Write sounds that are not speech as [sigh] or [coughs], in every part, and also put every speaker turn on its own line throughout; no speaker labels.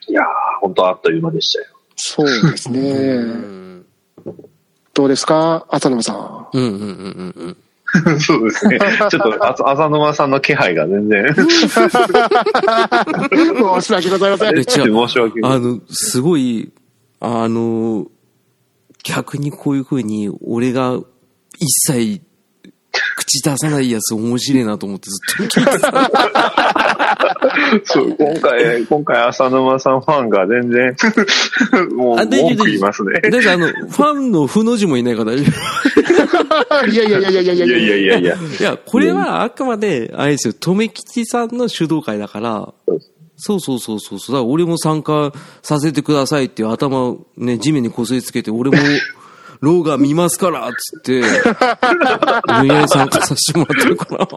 はあっという間でしたよ。
そうですね。
ん。
どうですか浅沼さん。
うんうんうんうんうん。
[laughs] そうです [laughs] ね。ちょっと、あざ浅沼さんの気配が全 [laughs] 然。
申し訳ございません。
[laughs]
え違う
申し訳ない。
あの、すごい、あの、逆にこういう風に、俺が一切口出さないやつ面白いなと思ってずっと聞いてた。
そう、今回、今回浅沼さんファンが全然、 [laughs] もう、
あ大丈夫
文句言い [laughs] ますね。
だってあの、ファンの負の字もいないから大丈夫。
いやいやいやいやいやい
いや
や
いやいやいや。
いや、これはあくまで、あれですよ、留吉さんの主導会だから
そうで、
そうそうそうそうそう、だから俺も参加させてくださいっていう頭をね、地面にこすりつけて、俺も、ローガー見ますからっつって、無理やり参加させてもらってるから。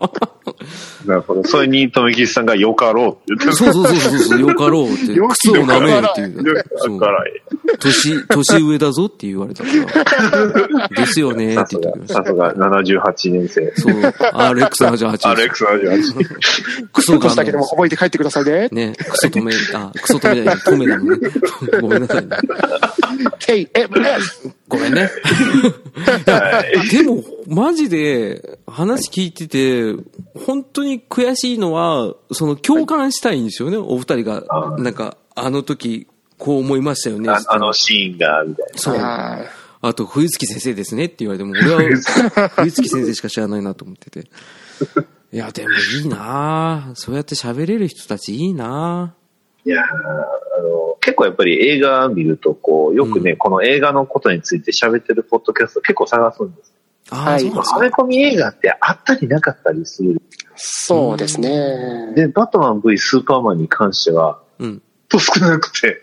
なるほど。それに、富吉さんがよかろうって言って
そうそうそうそうそう、よかろうって、
よき
靴を舐めるっ
[laughs]
ていう。
る
そう
から、
年、年上だぞって言われたから。ですよね
さ
っ
す
て言って
が
き、まし
さ
た。
すが78年生。
そう、RX78 です。
RX78。
ク
ク
ソ
ソ
が
としたけども覚えて帰ってくださいね。
ね、クソ止め、あ、クソ止めじゃない、止めだもんね。 [laughs] ごめんなさいね。
KMS。
ごめんね。 [laughs] いやでも、マジで、話聞いてて、本当に悔しいのは、その共感したいんですよね、お二人が。なんか、あの時、こう思いましたよね。
ああのシーンが、みたいな。
そう。
あー
あと、冬月先生ですねって言われても、俺
[laughs]
は冬月先生しか知らないなと思ってて。いや、でもいいなぁ。そうやって喋れる人たちいいない
やーあの、結構やっぱり映画見ると、こう、よくね、この映画のことについて喋ってるポッドキャスト結構探すんです
ぁ。ああ、
はい
そうなんです
ア
か
メコミ映画ってあったりなかったりする。
そうですね。
で、バットマン V スーパーマンに関しては、 [laughs]
うん。
と少なくて、 [laughs]
へえ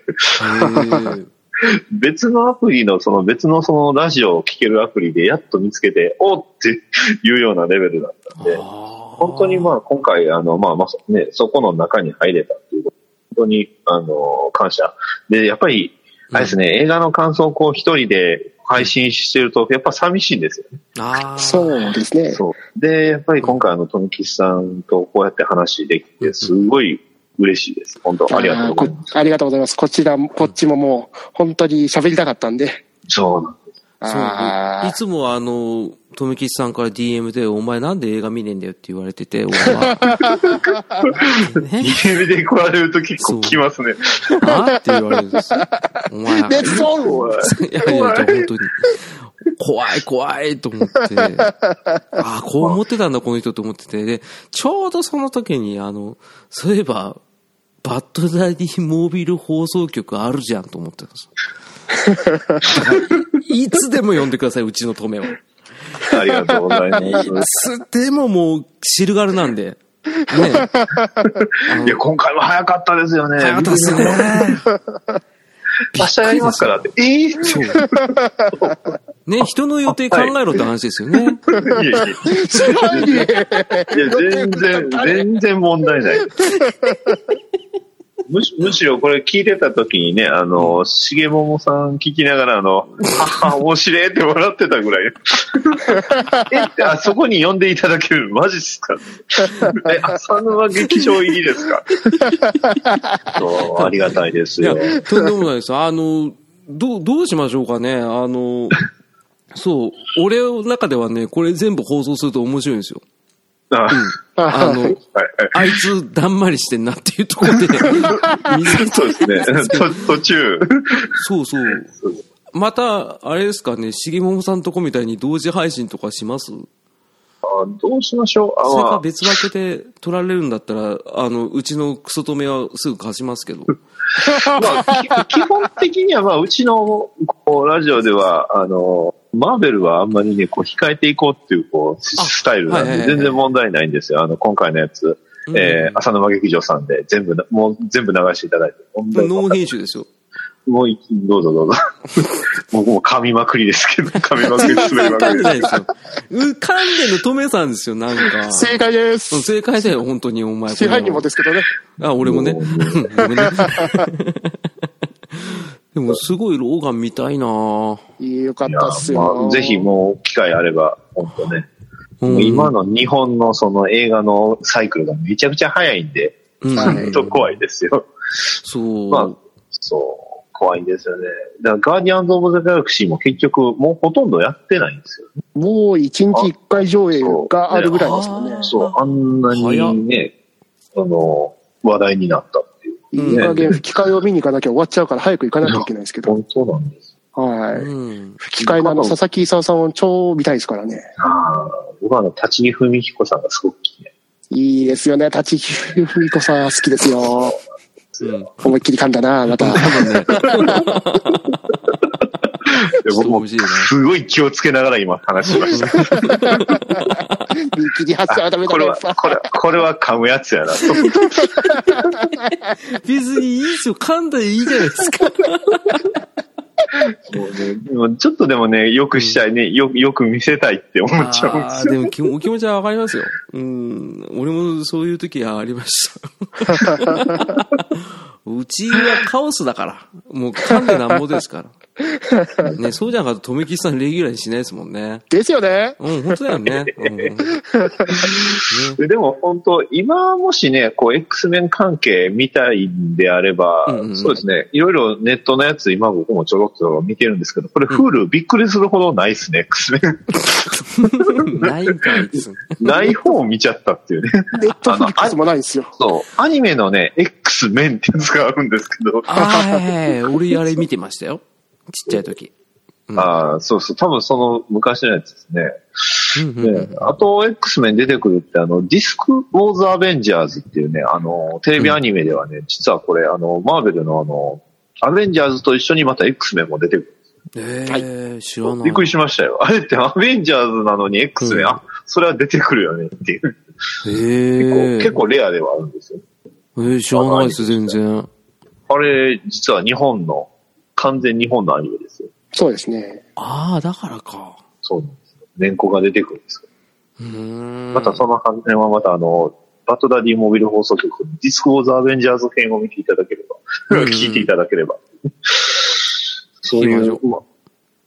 別のアプリの、その別のそのラジオを聴けるアプリでやっと見つけて、おーっていうようなレベルだったんで、本
本
当にまあ今回、あの、まあまあそね、そこの中に入れたっていうこと、本当に、あの、感謝。で、やっぱり、あれですね、映画の感想をこう一人で配信してると、やっぱ寂しいんですよね。
ああ。
そうですね。
そう。で、やっぱり今回、あの、富木さんとこうやって話できて、すごい嬉しいです。本当、ありがとうございます。
あーこありがとうございます。こちら、こっちももう、本当に喋りたかったんで。
そうなんです。
そう
あー
いつもあの、富吉さんから DM で、お前なんで映画見ねえんだよって言われてて、俺
[laughs]
は。ね
指で来られると結構来ますね。
あって言われるんですよお前なんか [laughs]
で、そう
いやいや、本当に。怖い怖いと思って。ああ、こう思ってたんだ、この人と思ってて。で、ちょうどその時に、あの、そういえば、バッドダディモービル放送局あるじゃんと思ってたんです
[laughs]
よいつでも呼んでください、うちの止めを。
ありがとうござい
[laughs]
ます。
すでももう、汁がるなんで。ね。
[laughs] いや、今回も早かったですよね。
早かったですね。
明日やりますからって。え
[laughs]
ー
そう。ね、人の予定考えろって話ですよね。
いやいや
すごいね。
いや、全然、全然問題 [laughs] ない。むしむしろこれ聞いてた時にね、あの、しげももさん聞きながら、あの、はは、面白いって笑ってたぐ [laughs] らい。え、あそこに呼んでいただけるマジっすかえ、浅沼劇場入りです [laughs] かそうありがたいです
いや
よ。、
とんでもないです。あの、どう、どうしましょうかね。あの、そう、俺の中ではね、これ全部放送すると面白いんですよ。
あはい
あの、
はい
あいつ、だんまりしてんなっていうとこ
[laughs]
ろで、見せ
そうですね。と途中。
そうそう。また、あれですかね、しげももさんとこみたいに同時配信とかします
あどうしましょう。あ
それ
ま
か
あ
別枠で取られるんだったら、あの、うちのクソ止めはすぐ貸しますけど。
まあ、き基本的には、まあ、うちのこうラジオでは、あの、マーベルはあんまりね、こう、控えていこうっていう、こう、ス
あ
スタイルなん
はい
で、
はいはい
全然問題ないんですよ。あの、今回のやつ、
うん
えー、浅沼劇場さんで、全部な、もう、全部流していただいて。問題
ノー編集ですよ。
もう一気にどうぞどうぞ。 [laughs] もう、もう噛みまくりです
[laughs]
けど、噛みまくり、
全
すべ
然
まく
関
りで
係な
す。
いですよ。う噛んでんの止めさんですよ、なんか。
正解で
うん
す。
正解だよ、本当に、お前。
支配人もですけどね。
あ、俺もね。
もう
ごめんねでも、すごい老眼見たいなぁ。
よかっ
いや
たっす
ま
よ
あ。ぜひもう、機会あれば、本当ね。
う
もうん今の日本のその映画のサイクルがめちゃくちゃ早いんで、
うん
ちょっと怖いですよ。
そう。
まあ、そ怖いんですよね。だから、ガーディアンズ・オブ・ザ・ギャラクシーも結局、もうほとんどやってないんですよね。
もう一日一回上映があるぐらいですもんね
あ。
そう、あんな
早っ
にね、あの、話題になったっていう。
いい加減、吹き替えを見に行かなきゃ終わっちゃうから早く行かなきゃいけないですけど。
本当なんです。
はい。
うん。
吹き替えのあの、佐々木勲さんは超見たいですからね。
ああ、僕はあの、立木文彦さんがすごく気になり
いいですよね。立木ふみこさん好きですよ。
ますよ。い
思いっきり噛んだな、また。
や僕も
面白いね
すごい気をつけながら今話しました。
見切り発車はダメ
こ
だ
れ
ね。
は、これ、これは噛むやつやなと。
別にいいですよ。噛んだらいいじゃないですか。
そうねでもちょっとでもね、よくしたいね、よよく見せたいって思っちゃうんで
あ
す
ー
よ。
でもきお気持ちはわかりますよ。うん。俺もそういう時はありました。
[laughs]
うちはカオスだから。もう噛んでなんぼですから。ね、そうじゃなかったら、とめきさんレギュラーにしないですもんね。
ですよね。
うん、本当だよね。うん、ね
ででも本当、今もしね、こう、X 面関係見たいんであれば、
うんうんうん
そうですね、いろいろネットのやつ、今僕もちょろっと見てるんですけど、これ、Hulu、びっくりするほどないですね、X
[laughs]
面。
ないんかいですね。
ない方を見ちゃったっていうね。
ネットフリックスもないんですよ。
そう、アニメのね、X 面ってやつがあるんですけど、
あー俺あれ見てましたよ。ちっちゃい時。うん
ああ、そうそう、多分その昔のやつですね。
うんうん
ね、あと、X メン出てくるって、あの、ディスク・ウォーズ・アベンジャーズっていうね、あの、テレビアニメではね、実はこれ、あの、マーベルのあの、アベンジャーズと一緒にまた X メンも出てく
えー、知ら
る。
ない。
びっくりしましたよ。あれってアベンジャーズなのに X メン、
うん
あ、それは出てくるよねっていう。
え
結構、
ー、
結構レアではあるんですよ。
えー、知らないです、全然。
あれ、実は日本の、完全日本のアニメですよ。
そうですね。
ああ、だからか。
そうなんですよ。年子が出てくるんですよ
うーん。
またその関連はまたあの、バットダディモビル放送局、ディスク・ウォーズ・アベンジャーズ編を見ていただければ、
うんうん
聞いていただければ。そうい
聞き
う
まし、
まあ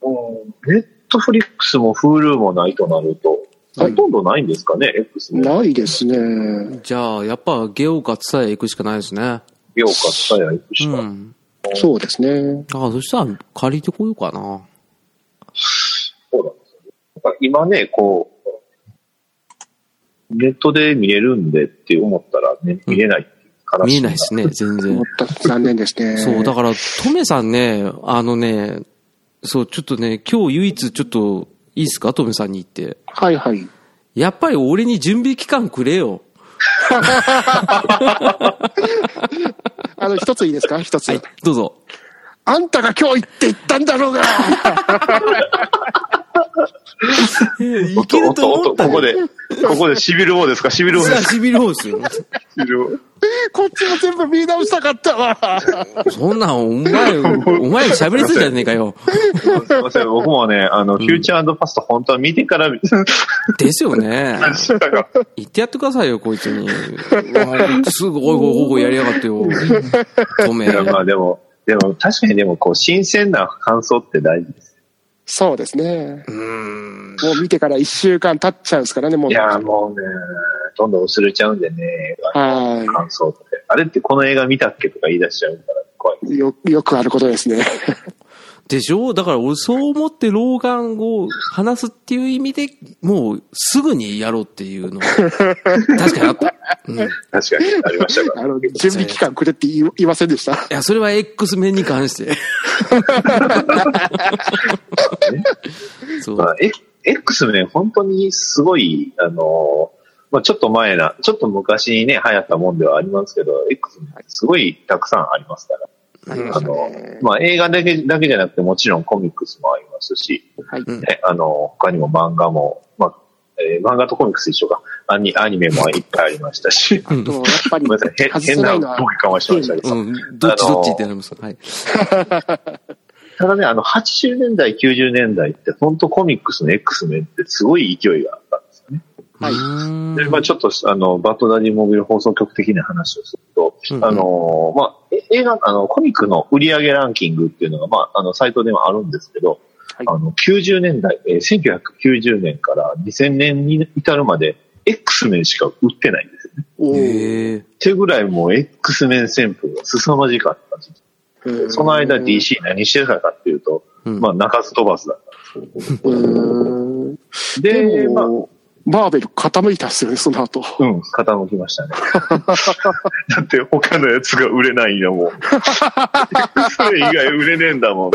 うんネットフリックスも Hulu もないとなると、
は
ほ
い
とんどないんですかね、X も。
ないですね。
じゃあ、やっぱ、ゲオかツタヤ行くしかないですね。
ようか、さや、行くし
う
か。
ん。
そうですね。
ああ、そしたら、借りてこようかな。
そうなんですよね。だから今ね、こう、ネットで見れるんでって思ったらね、見れないっていう悲し
見えないですね、全
思
然 [laughs]
っ。た残念ですね。
そう、だから、トメさんね、あのね、そう、ちょっとね、今日唯一ちょっと、いいですか、トメさんに言って。
はいはい。
やっぱり俺に準備期間くれよ。
あの、一ついいですか一つ、
はい、どうぞ。
あんたが今日行って言ったんだろうが
[laughs] いけると思った
ここで、ここでシビル王ですかシビル王で
さあ、 [laughs]
すか
シビルホースよ。
シビル王。
こっちも全部見直したかったわ。
そんなん、お前、お前喋りすぎじゃねえかよ。
すいません、僕もね、あの、フューチャーパスト本当は見てから、
です
[laughs]
よね。言ってやってくださいよ、こいつに。わあすぐ、おいおいおいおいやりやがってよ。止め。
まあでも、でも確かにでも、こう、新鮮な感想って大事です。
そうですね。
うん。
もう見てから一週間経っちゃうんですからね、もう。
いやーもうね、どんどん薄れちゃうんでね、
は
感想って。あれってこの映画見たっけとか言い出しちゃうから怖い。
い。よ、よくあることです
[laughs]
ね。
でしょだから俺そう思って老眼を話すっていう意味で、もうすぐにやろうっていうの。確かにあった。うん。い
確かに、ありました
[laughs]
か
あの、準備期間くれって言い言いませんでした。
や、それは X 面に関して。そ
ら。ま
う。
あ、え X ね、本当にすごい、あのー、まあちょっと前な、ちょっと昔にね、流行ったもんではありますけど、X ね、すごいたくさんありますから。
ありま
あ
した
の
ね、。
まあ、映画だけだけじゃなくて、もちろんコミックスもありますし、
はい。
うん
ね、あの、他にも漫画も、まあ、えー漫画とコミックス一緒か、アニアニメもいっぱいありましたし、
あと、やっぱり
ごめんなさい、へ、
外せ
変
な
ない
のは
ボ、ケかましてましたけど、
うん。どっちどっちってなります。はい。
ただね、あの、80年代、90年代って、本当コミックスの X メンってすごい勢いがあったんですよね。
はいう
ーん
で、まあちょっと、あの、バトダディモビル放送局的な話をすると、
うん
あの、まあ、え映画、あの、コミックの売り上げランキングっていうのが、まあ、あの、サイトではあるんですけど、
はい
あの、90年代、えー1990年から2000年に至るまで、X メンしか売ってないんですよね。
おー
へえ。
ってぐらいもう X メン旋風が凄まじかった時期
うん
その間 DC 何してたかっていうと、
うん
まあ、鳴かず飛ばずだっ
うん
た。で、
で
まあ、
も、バーベル傾いたっすよね、その後。
うん、傾きましたね。だって他のやつが売れないんだもん。それ以外売れねえんだもん。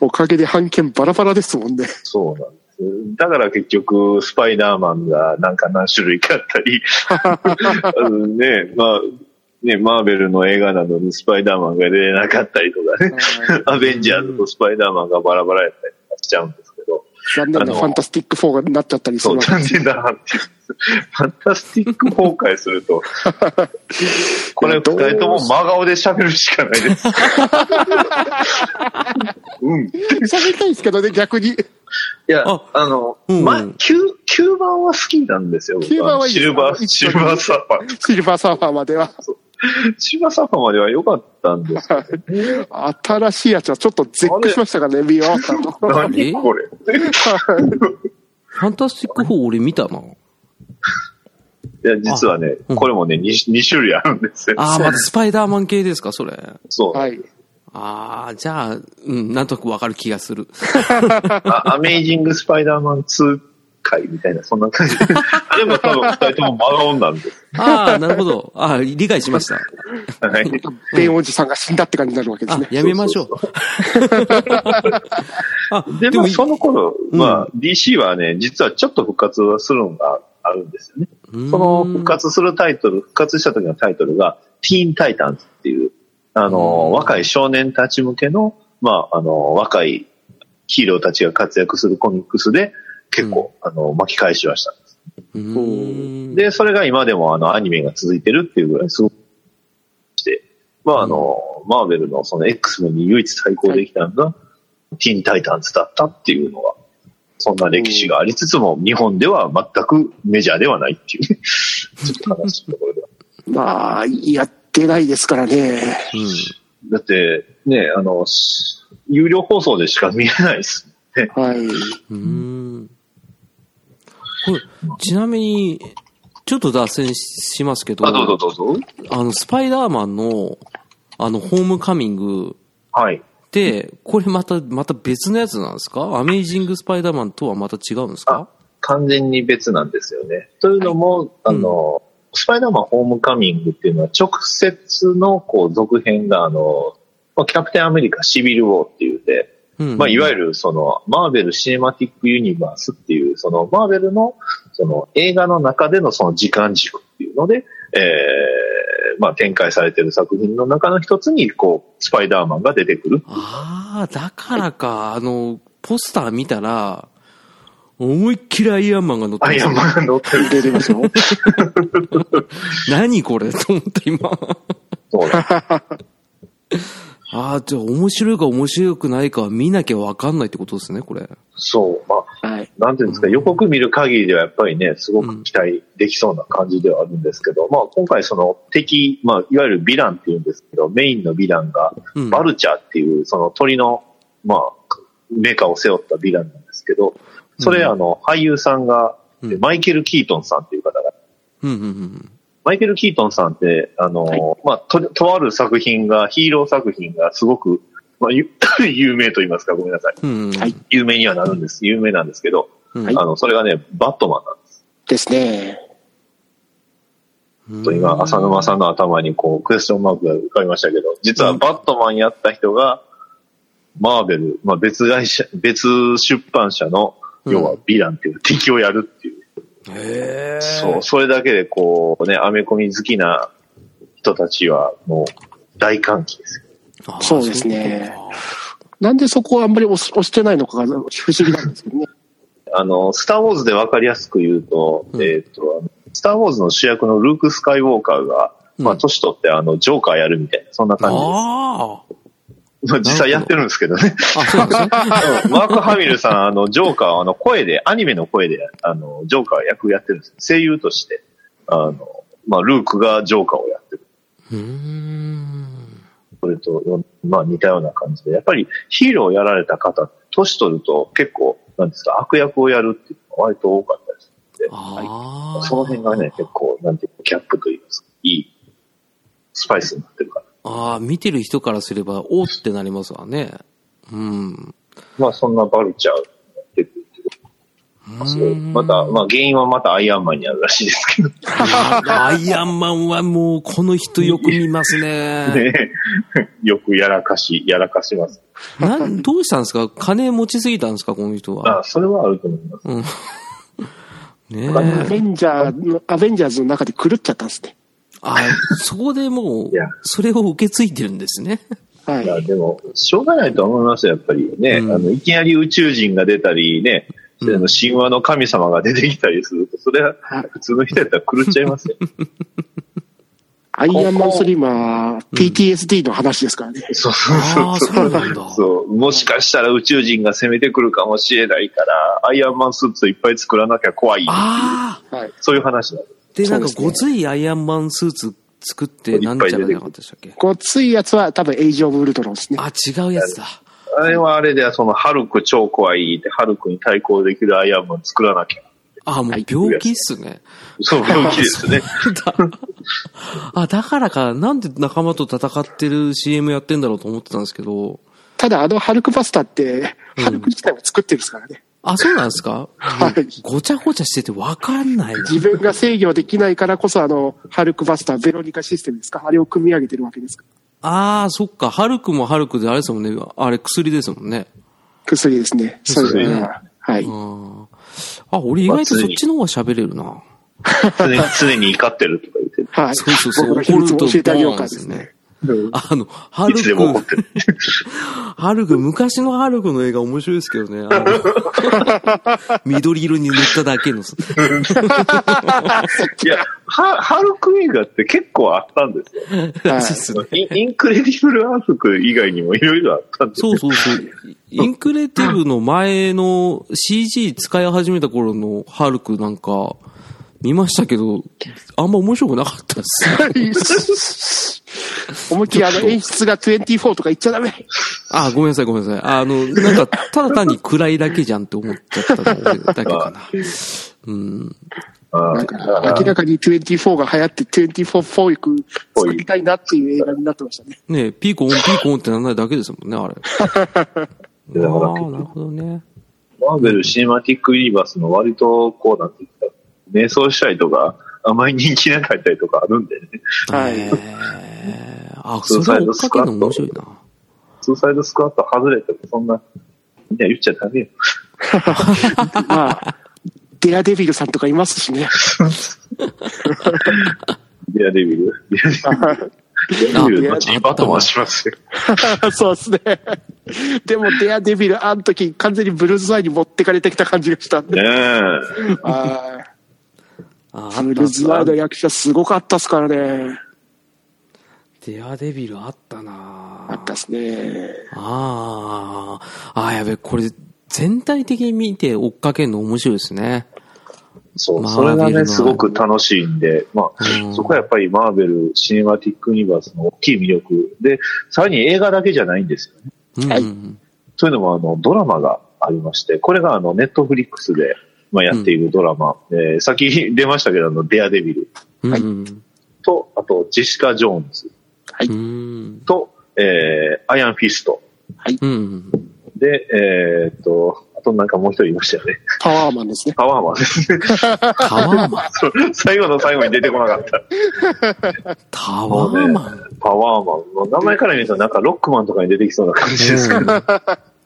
おかげで半券バラバラです
[laughs]
もんね。
そうなんです。だから結局、スパイダーマンがなんか何種類かあったり、 [laughs] あのね、まあ、ね、マーベルの映画なのにスパイダーマンが出れなかったりとかね、アベンジャーズとスパイダーマンがバラバラやったりとかしちゃうんですけど、
残念
あ
な
の
ファンタスティック4がなっちゃったりす
そ
る
う、
わけ
残
です
念だなっていう。ファンタスティック崩壊する [laughs] と、これ二人とも真顔で喋るしかないです。 [laughs] うん。い
喋りたいですけどね、逆
[laughs]
に。
や、
あ
あの、
うん
ま、旧、旧版は好きなんですよ。僕
旧版はいい
シ
です
ルバー、
一緒
シル
に
バーサーファー。
シルバーサーファーまでは。
シルバーサーファーまでは良かったんですけど、
新しいやつはちょっと絶句しましたからね、見終わった後。
何これ。
ファンタスティック4俺見たな。
いや、実はね、
うん
これもね、2, 二種類あるんですよ。
[laughs] ああ、またスパイダーマン系ですか、それ。
そう。
はい。
ああ、じゃあ、うん、なんとなくわかる気がする。
あアメイジング・スパイダーマン2回みたいな、そんな感
[laughs]
じで。あれも多分2人とも真顔なんです。
ああ、なるほど。ああ、理解しました。 [laughs]
はい。
ベンおじさんが死んだって感じになるわけです
あ
ね。
やめ
[laughs]
ましょう。あ、
で、
で
ま
も
あ、、その頃、
うん
まあ、DC はね、実はちょっと復活はするのがあるんですよね。その復活するタイトル、復活した時のタイトルが、ティーン・タイタンズっていう、あ
う
の、
ん
若い少年たち向けの、まあ、あの、若いヒーローたちが活躍するコミックスで、結構、あの、巻き返しはしたんです。
うん。うん、
で、それが今でも、あの、アニメが続いてるっていうぐらい、すごく、して、まあ、あの、マーベルのその X メンに唯一対抗できたのが、ティーン・タイタンズだったっていうのが、そんな歴史がありつつも、日本では全くメジャーではないっていう、ちょっと悲しいところでは
まあ、やってないですからね。
だって、ね、あの、し有料放送でしか見えないです。
はい。
うん。うん。これ、ちなみに、ちょっと脱線ししますけど、
あ、どうぞどうぞ。
あの、スパイダーマンの、あの、ホームカミング
はい。
って、これまた、また別のやつなんですかアメイジング・スパイダーマンとはまた違うんですか
あ、完全に別なんですよね。というのも、あの、スパイダーマンホームカミングっていうのは直接のこう続編が、あの、まあキャプテンアメリカシビルウォーっていうで、
うん
まあ、いわゆるその、マーベル・シネマティック・ユニバースっていう、その、マーベルの、その、映画の中でのその時間軸っていうので、えー、まあ、展開されてる作品の中の一つに、こう、スパイダーマンが出てくる。
ああ、だからか、あの、ポスター見たら、思いっきりアイアンマンが乗って
アイアン
ま
マンが乗ってる。
出てます
[laughs]
よ。
す。何これと思って今。 [laughs]
そうだ
ああ、じゃあ面白いか面白くないかは見なきゃわかんないってことですね、これ。
そう。まあ、
はい。
なんていうんですか、予告見る限りではやっぱりね、すごく期待できそうな感じではあるんですけど、まあ、今回その敵、まあ、いわゆるヴィランっていうんですけど、メインのヴィランが、
うん。
バルチャーっていう、その鳥の、まあ、メーカーを背負ったヴィランなんですけど、それ、
うん
あの、俳優さんが、
うん
マイケル・キートンさんっていう方が、
うんうんうん。
マイケル・キートンさんって、あの、
はい
まあと、とある作品が、ヒーロー作品がすごく、まあ、ゆ [coughs] 有名と言いますか、ごめんなさい。
うんうん。
はい
有名にはなるんです。有名なんですけど、
うん。
はい
あの、それがね、バットマンなんです。
ですね。
と今、浅沼さんの頭にこう、クエスチョンマークが浮かびましたけど、実はバットマンやった人が、マーベル、まあ別会社、別出版社の、
うん
要はヴィランっていう敵をやるっていう。
ん。へえ。
そう、それだけでこう、ね、アメコミ好きな人たちはもう大歓喜ですよ。
あー
そうですね
そういうこ
なんでそこはあんまり押し押してないのかが不思議なんですけど
[laughs]
ね。
あの、スターウォーズでわかりやすく言うと、
うん
えっと、あのスターウォーズの主役のルーク・スカイウォーカーが、ま
う
あ
ん
年取ってあの、ジョーカーやるみたいな、そんな
とか
感じです。
あ
まあ実際やってるんですけどね。
あ。あ、そうなんですね。
うんマーク・ハミルさん、あの、ジョーカーは、あの、声で、アニメの声で、あの、ジョーカー役やってるんですよ声優として、あの、まあ、ルークがジョーカーをやってる。
うーん。
それと、よまあ、似たような感じで、やっぱりヒーローをやられた方、年取ると結構、なんですか、悪役をやるっていうのが割と多かったりするので、
ああ。
その辺がね、結構、なんていうか、ギャップといいますか、いいスパイスになってるか
あああ、見てる人からすれば、おーってなりますわね。うん。
まあそんなバルチャー出てるけどそうまた、まあ原因はまたアイアンマンにあるらしいですけどね。
あアイアンマンはもう、この人よく見ますね。
[laughs] よくやらかし、やらかします。
なんどうしたんですか金持ちすぎたんですかこの人は。
あそれはあると思います。
ね
ア
え。
ベンジャーの、アベンジャーズの中で狂っちゃったんですね。
あそこでもう
いや、
それを受け継いでるんですね。
はい
い。や、でも、しょうがないと思いますよ、やっぱりね。
うん
あの、いきなり宇宙人が出たりね、
う
あ
ん
の神話の神様が出てきたりすると、それは普通の人やったら狂っちゃい
[laughs]
ますよ。
アイアンマンスリーマーは PTSD の話ですからね。
そうそう
あ
そう
あ、
そう。
そうなんだ。
そう、もしかしたら宇宙人が攻めてくるかもしれないから、アイアンマンスーツいっぱい作らなきゃ怖い。
ああ。
はい。
そういう話なんです。
で、
そ
な
うんで
か
すね
ごついアイアンマンスーツ作って、なんちゃらじゃなかったでしたっけ
ごついやつは多分エイジ・オブ・ウルトロンですね。
あ、違うやつだ。
あれはあれで、その、ハルク超怖いって、ハルクに対抗できるアイアンマン作らなきゃ。
あ、もう病気っすね。
そう、病気です
[laughs]
ね。
あ、だからか、なんで仲間と戦ってる CM やってんだろうと思ってたんですけど。
ただあのハルクバスターって、ハルク自体も作ってるんですからね。
あ、そうなんですか
はい
ごちゃごちゃしててわかんないな。
自分が制御できないからこそあの、ハルクバスター、ベロニカシステムですかあれを組み上げてるわけですから。
ああ、そっか。ハルクもハルクであれですもんね。あれ薬ですもんね。
薬ですね。そうです
薬
ね。はい。
うん。あ、俺意外とそっちの方が喋れるな。
常に常に怒ってるとか言って
はい。
そうそうそう
僕の秘密を教えてあげようか
怒
で
ると
す
ボーンで
ね
すね。
る。
あの、ハ
い
ル
つでも怒
ク
っ、てる。
ハルク、昔のハルクの映画面白いですけどね。あの
[laughs]
緑色に塗っただけの。
いや、ハハルク映画って結構あったんですよ。
は
ら
い
しいっすね。
インインクレディブル・アーク以外にもいろいろあったんですよ。
そうそうそう。インクレティブの前の CG 使い始めた頃のハルクなんか、見ましたけど、あんま面白くなかったっす。
思いっきりあの演出が24とか言っちゃダメ。
あ、ごめんなさい、ごめんなさい。あの、なんか、ただ単に暗いだけじゃんって思っちゃっただけだけかな。うん。
あ
だ
あ
から明らかに24が流行って24っぽく作りたいなっていう映画になってましたね。
ねえピーコン、ピーコンってならないだけですもんね、あれ。
いやだから
ああ、なるほどね。
マーベル・シネマティック・ユニバースの割とこうなんていうんですか、瞑想したりとか、あまり人気なかったりとかあるんでね。
はい
ええあ、それ追っかけるの面白いな。
ツーサイドスクワット外れてもそんな、みんな言っちゃダメよ。
まあ、デアデビルさんとかいますしね。
[laughs] ディアデビル。ディアデビル。ディアデビルのうちにバット回しますよ。
[laughs] そうですね。でもデアデビルあの時完全にブルーズアイに持ってかれてきた感じがしたん
ね
で。
え。
あ
あ
ー
あっ
ブ
た
ルーズアイの役者すごかったっすからね。
デアデビルあったな
あったっすね。
ああ、ああ、やべ、これ、全体的に見て追っかけるの面白いですね。
そう、
マー
それが
ベルの
ね、すごく楽しいんで、ま
うん
あ、そこはやっぱりマーベル・シネマティック・ユニバースの大きい魅力。で、さらに映画だけじゃないんですよね。
うん、
はい
というのも、あの、ドラマがありまして、これがあの、ネットフリックスで、まあ、やっているドラマ。えー先出ましたけど、あの、デアデビル
うん。
はい
うん。
と、あと、ジェシカ・ジョーンズ
うん。
と、えーアイアン・フィスト。
うん。
で、えーっと、あとなんかもう一人いましたよね。 [laughs]
パワーマンですね。
パワーマンですね。
タワーマン。
最後の最後に出てこなかった。
タワーマン。
パワーマン。名前から見るとなんかロックマンとかに出てきそうな感じですけど。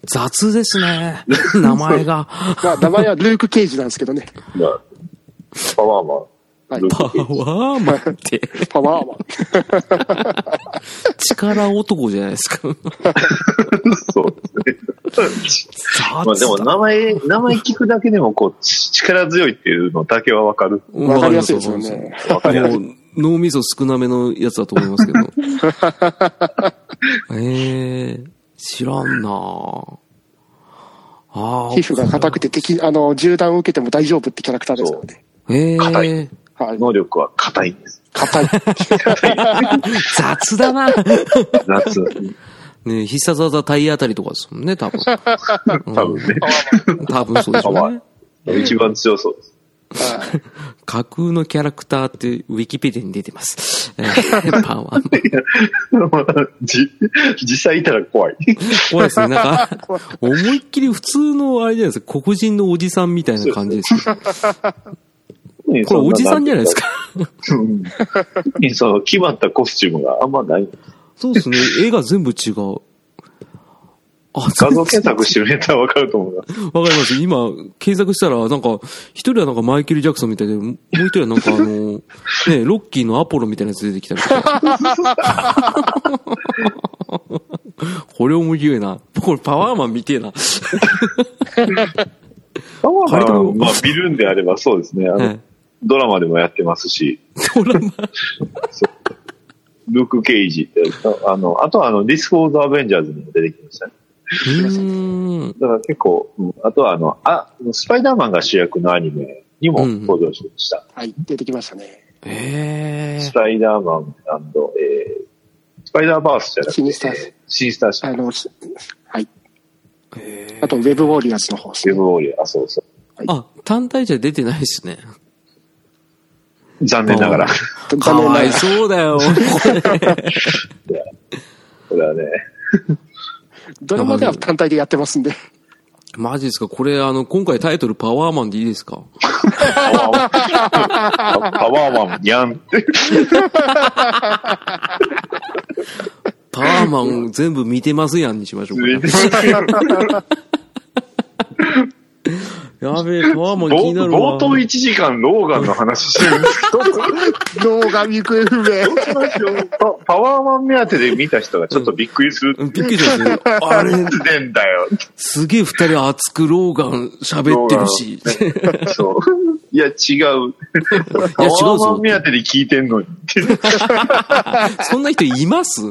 雑ですね。名前が。
まあ名前はルーク・ケイジなんですけど [laughs] ね。
まあパワーマン。
はい
ル
パ
ー
ワ
キー
ーマンって、
パワーマン。
力男じゃないですか。
そうですね。 [laughs] まあでも
雑だ。
名前、名前聞くだけでもこう、ち力強いっていうのだけはわかる。
わかりやすいですよね。
わかりやすい。
もう、脳みそ少なめのやつだと思いますけど。 [laughs] ええ知らんなぁああ。
皮膚が硬くて敵、あの、銃弾を受けても大丈夫ってキャラクターですからね。
ええ
硬
ー
い、
はい。
能力は硬いんです。
硬い。
雑だな。 [laughs]
夏。
ねえ必殺技体当たりとかですもんね、多分。
多分ね。
多分そう
[laughs]
でしょうね。
一番強そうです。 [laughs]
架空のキャラクターってウィキペディアに出てます。えーパワーマン。
じ実際いたら怖い。
怖いですね。なん [laughs] か、思いっきり普通のあれじゃないですか、黒人のおじさんみたいな感じですよ。
これ
これおじさんじゃないです。か。
[laughs] うん特にその決まったコスチュームがあんまない。
そうですね。絵が全部違う。あ、
画像検索してるネタはわかると思うな。
わかります。今、検索したら、なんか、一人はなんかマイケル・ジャクソンみたいで、もう一人はなんかあの、ね、ロッキーのアポロみたいなやつ出てきたりして。これ面白いな。これパワーマンみてえな。
パワ
ーマン
まあ見るんであればそうですね。あの
はい
ドラマでもやってますし、
ドラマ。
ルーク・ケイジってああの、あとはあの、ディスコーズ・アベンジャーズにも出てきましたね。
うーん。
だから結構、うんあとはあの、あ、スパイダーマンが主役のアニメにも登場しました。
はい、出てきましたね。
え
ス
え
パイダーマンえー、スパイダーバースじゃなくて、
シニスターズ
シニスターシ
あの、しはい。
ー。
あと、ウェブウォリアーズの方です
ウェ
ね
ブ。ウォーリアー、あ、そうそ
あ、単体じゃ出てないですね。
う。残念ながら。
か
残念なが
わ
ら
いそうだよ。
[laughs] これはね、
ドラマでは単体でやってますんで。
マジですかこれ、あの、今回タイトルパワーマンでいいですか
パワーマン、パワーマン、にゃんって。
パワーマン全部見てますやんにしましょう
[laughs]
か。やべえ、パワーマン気
冒
になるわ。
冒頭1時間ローガンの話してるんです
[laughs] 脳が行方不明。
け [laughs] ど、パパワーマン目当てで見た人がちょっとびっくりする。
うんびっくりしたんですよ。あ
あれ
れ、
でんだよ。
すげえ二人熱くローガン喋ってる
[laughs]
し。
そう。いや、違う。パワーマン目当てで聞いてんのにって [laughs] いう。
そんな人います
い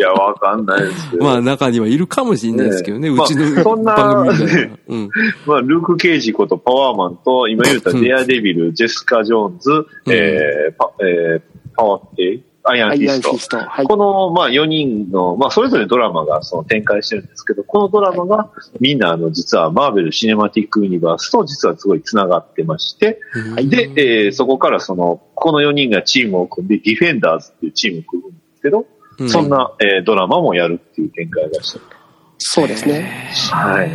や、わかんないですけど。
まあ中にはいるかもしれないですけどね、
ね
うち
まあそん
の
な
番組みたいな。うん。
まあ、ルーク・ケイジことパワーマンと、今言ったデアデビル、ジェスカ・ジョーンズ、えーパえーパワー、えーアイアン
ア
フィ
イア
ス
ンフ
ト
ィ。スト。はい。
この、まあ、4人の、まあ、それぞれドラマがその展開してるんですけど、このドラマが、みんな、あの、実は、マーベル・シネマティック・ユニバースと、実はすごい繋がってまして、
うん
で、えーそこから、その、この4人がチームを組んで、ディフェンダーズっていうチームを組むんですけど、
うん
そんな、えードラマもやるっていう展開がして
そうですね。
はい。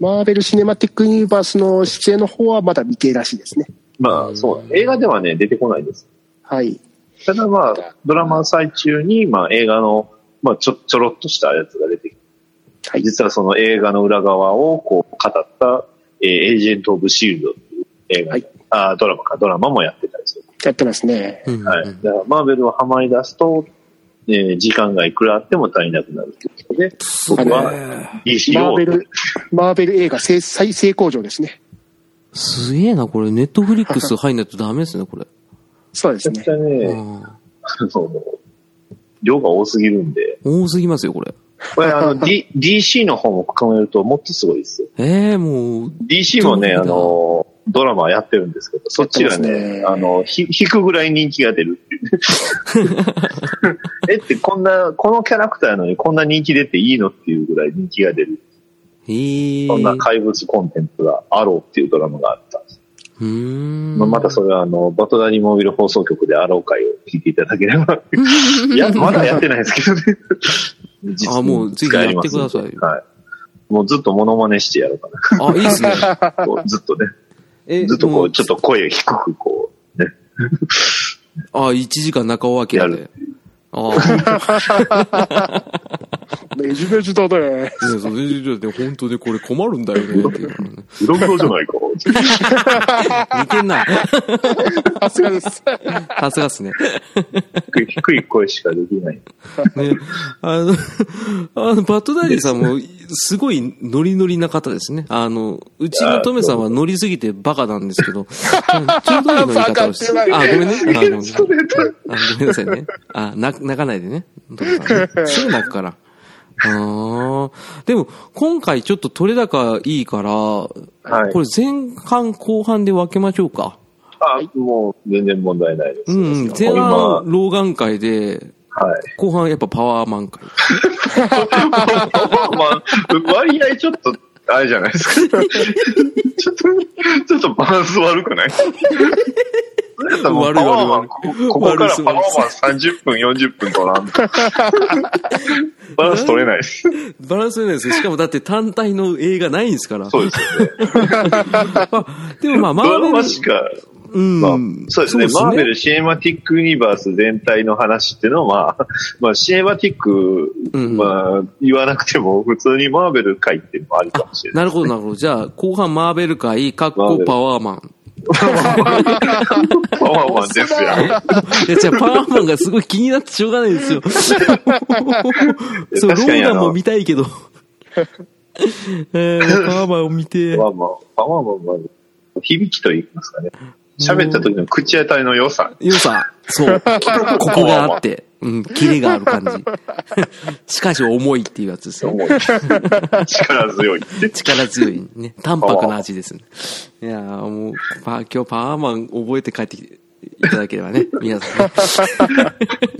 マーベル・シネマティック・ユニバースの出演の方はまだ未定らしいですね。
まあ、そう、映画ではね、出てこないです。
はい。
ただまあ、ドラマ最中に、まあ映画の、まあちょ、ちょろっとしたやつが出てき
は
て、
い。
実はその映画の裏側をこう語った、えーエージェント・オブ・シールドっていう映画、
はい
あードラマか、ドラマもやってたりする。
やってますね。
うん
はい。だからマーベルをはまり出すと、えー時間がいくらあっても足りなくなるっていうことで、僕は DC
マー
を
ベ、ル、マーベル映画せい再成工場ですね。
すげえな、これ。ネットフリックス入んないとダメですね、これ。
そうで
めち
す
ゃく
ね
ち。ゃね、
うん
あの量が多すぎるんで、
多すぎますよ、これ。
これあの、D、DC の方も含めるともっとすごいですよ。
ええ、もう、
DC もね、
どう
あ
なんだ
の、ドラマやってるんですけど、そっちが
やってます
ね、
ね
あの、ひ引くぐらい人気が出るって
[laughs]
いうね。えって、こんな、このキャラクターなのにこんな人気出ていいのっていうぐらい人気が出る。
ええ。
そんな怪物コンテンツが、アローっていうドラマがあったんです。
うーん。
まあまたそれは、あの、バトダニモービル放送局でアロー会を聞いていただけれ
[laughs]
ば。いや、まだやってないですけどね。実
あもうぜひやってください
やりますんではい。もうずっとモノマネしてやろうか
あ、いいですね。
な。こうずっとね。
[laughs]
[laughs]
え
ずっとこ
も
う、ちょっと声低くこう、ね。
あ、1時間中尾明
や
で
る。
ああ、ね
ねじねじだね。
そうそうで本当でこれ困るんだよね。っていうのね
うろこじゃない [laughs] か。
似てん
[laughs]
な。
さすがです。
さすがっすね。
低い低い声しかできない。
ねあの、あの、バッドダディさんも、すごいノリノリな方ですね。あの、うちのトメさんはノリすぎてバカなんです [laughs] けど、ちょうどいい乗り方をして、あ、ごめんね。あのあごめんなさいね。あ、な泣かないでね。トメさんねすぐ泣くから。あーでも、今回ちょっと取れ高いいから、
い
これ前半後半で分けましょうか。
あ、もう全然問題ないです。
うんうん、前
今
半
は
老眼会で、
はい。 [laughs]
後半やっぱパワーマン会。
まあ、割合ちょっとあれじゃないですか。 [laughs] ちょっと、ちょっとバランス悪くない悪い
悪い悪い
こここからパワーマン30分、40分と [laughs] なんかバランス取れないです。
バランスじゃないですよしかもだって単体の映画ないんですから。
そうですよね。
あでもまあ、マ
ドラ
ーベ
マ
ル
しか、
うん
まあ、そうですね。マーベル・シネマティック・ユニバース全体の話っていうのは、 [laughs] まあ、まあ、シネマティック、
うん
まあ、言わなくても、普通にマーベル界っていうのもありかもしれない。
なるほど、なるほど。じゃあ、後半マーベル界、かっこパワーマン。
パワーマンですよ。
いや、じゃあ、パワーマンがすごい気になってしょうがないん
[laughs]
ですよ。そう、ロ
確か
ー
にあ
ラ
の
ンも見たいけど。 [laughs] えー、パワーマンを見て。
まあまあ、パワーマンは響きと言いますかね。喋った時の口当たりの良さ。
良さ、そう、ここがあって、うん、キレがある感じ。 [laughs] しかし重いっていうやつですね。
思い力強い。
[laughs] 力強いね。淡白な味ですね。いやーもう、パ今日パワーマン覚えて帰ってきていただければね、皆さんね。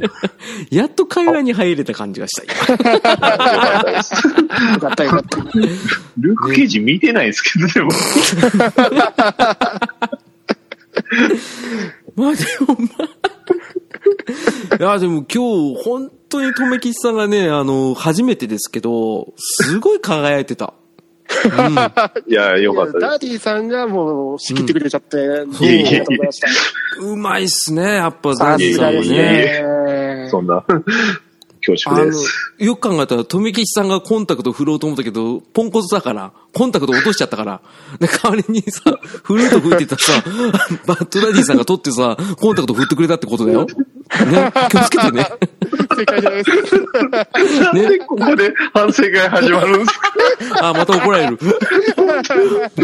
[laughs]
やっと会話に入れた感じがした、今
よかったよか
[laughs]
った。
ルーク・ケージ見てないですけど、でも。
まあでも、まあ。 [laughs] いや、でも今日、本当にとめきちさんがね、あの、初めてですけど、すごい輝いてた。
いや、よかったで
ダ
す。
ーディさんがもう仕切ってくれちゃって、
いえいえ
ありがとうございました。
うまいっすね、やっぱ、
さ
いえいえ
す
さ
が
ん
で
も
す
いえいえ
ね。
ね。
そんな、恐縮
あ
で
の
す。、
よく考えたら、富吉さんがコンタクト振ろうと思ったけど、ポンコツだから、コンタクト落としちゃったから、で、代わりにさ、フルート吹いてたさ、 [laughs] バッドダディさんが取ってさ、コンタクト振ってくれたってことだよ。ね、気をつけてね。
正解じゃないです。
なんでここで反省会始まるんですか
あ、また怒られる。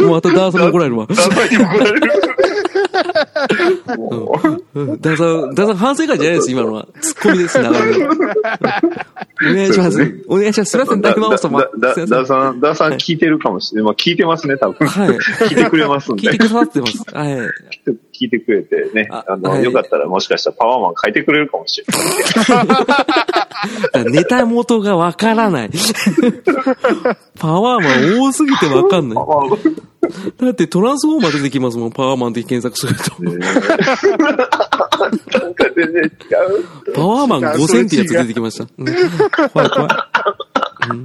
またダーさん怒られるわ。
旦那に怒られる。もう
うんダーさん、ダーさん反省会じゃないです、今のは。ツッコミです、流れ
[laughs]
の。お願いしま。
そうです
お願いします。すいません、
だ、
大魔王様。すい
だ、だ、
ませ
だ
ん。
さん、ださん聞いてるかもしれない。まあ聞いてますね、多分。
はい
聞いてくれますん
聞
で
いて。くださっ
[laughs]
てます。はい。
聞いてくれてね。
あ
あの、
はい
よかったらもしかしたらパワーマン変えてくれるかもしれない。
ネタ元がわからない。 [laughs] パワーマン多すぎてわかんな
パ
い。
ワーマン
だってトランスフォーマー出てきますもん、パワーマンって検索
[laughs]
する
なんか全然違う。
と。パワーマン5000ってやつ出てきました。うん怖い怖い、うん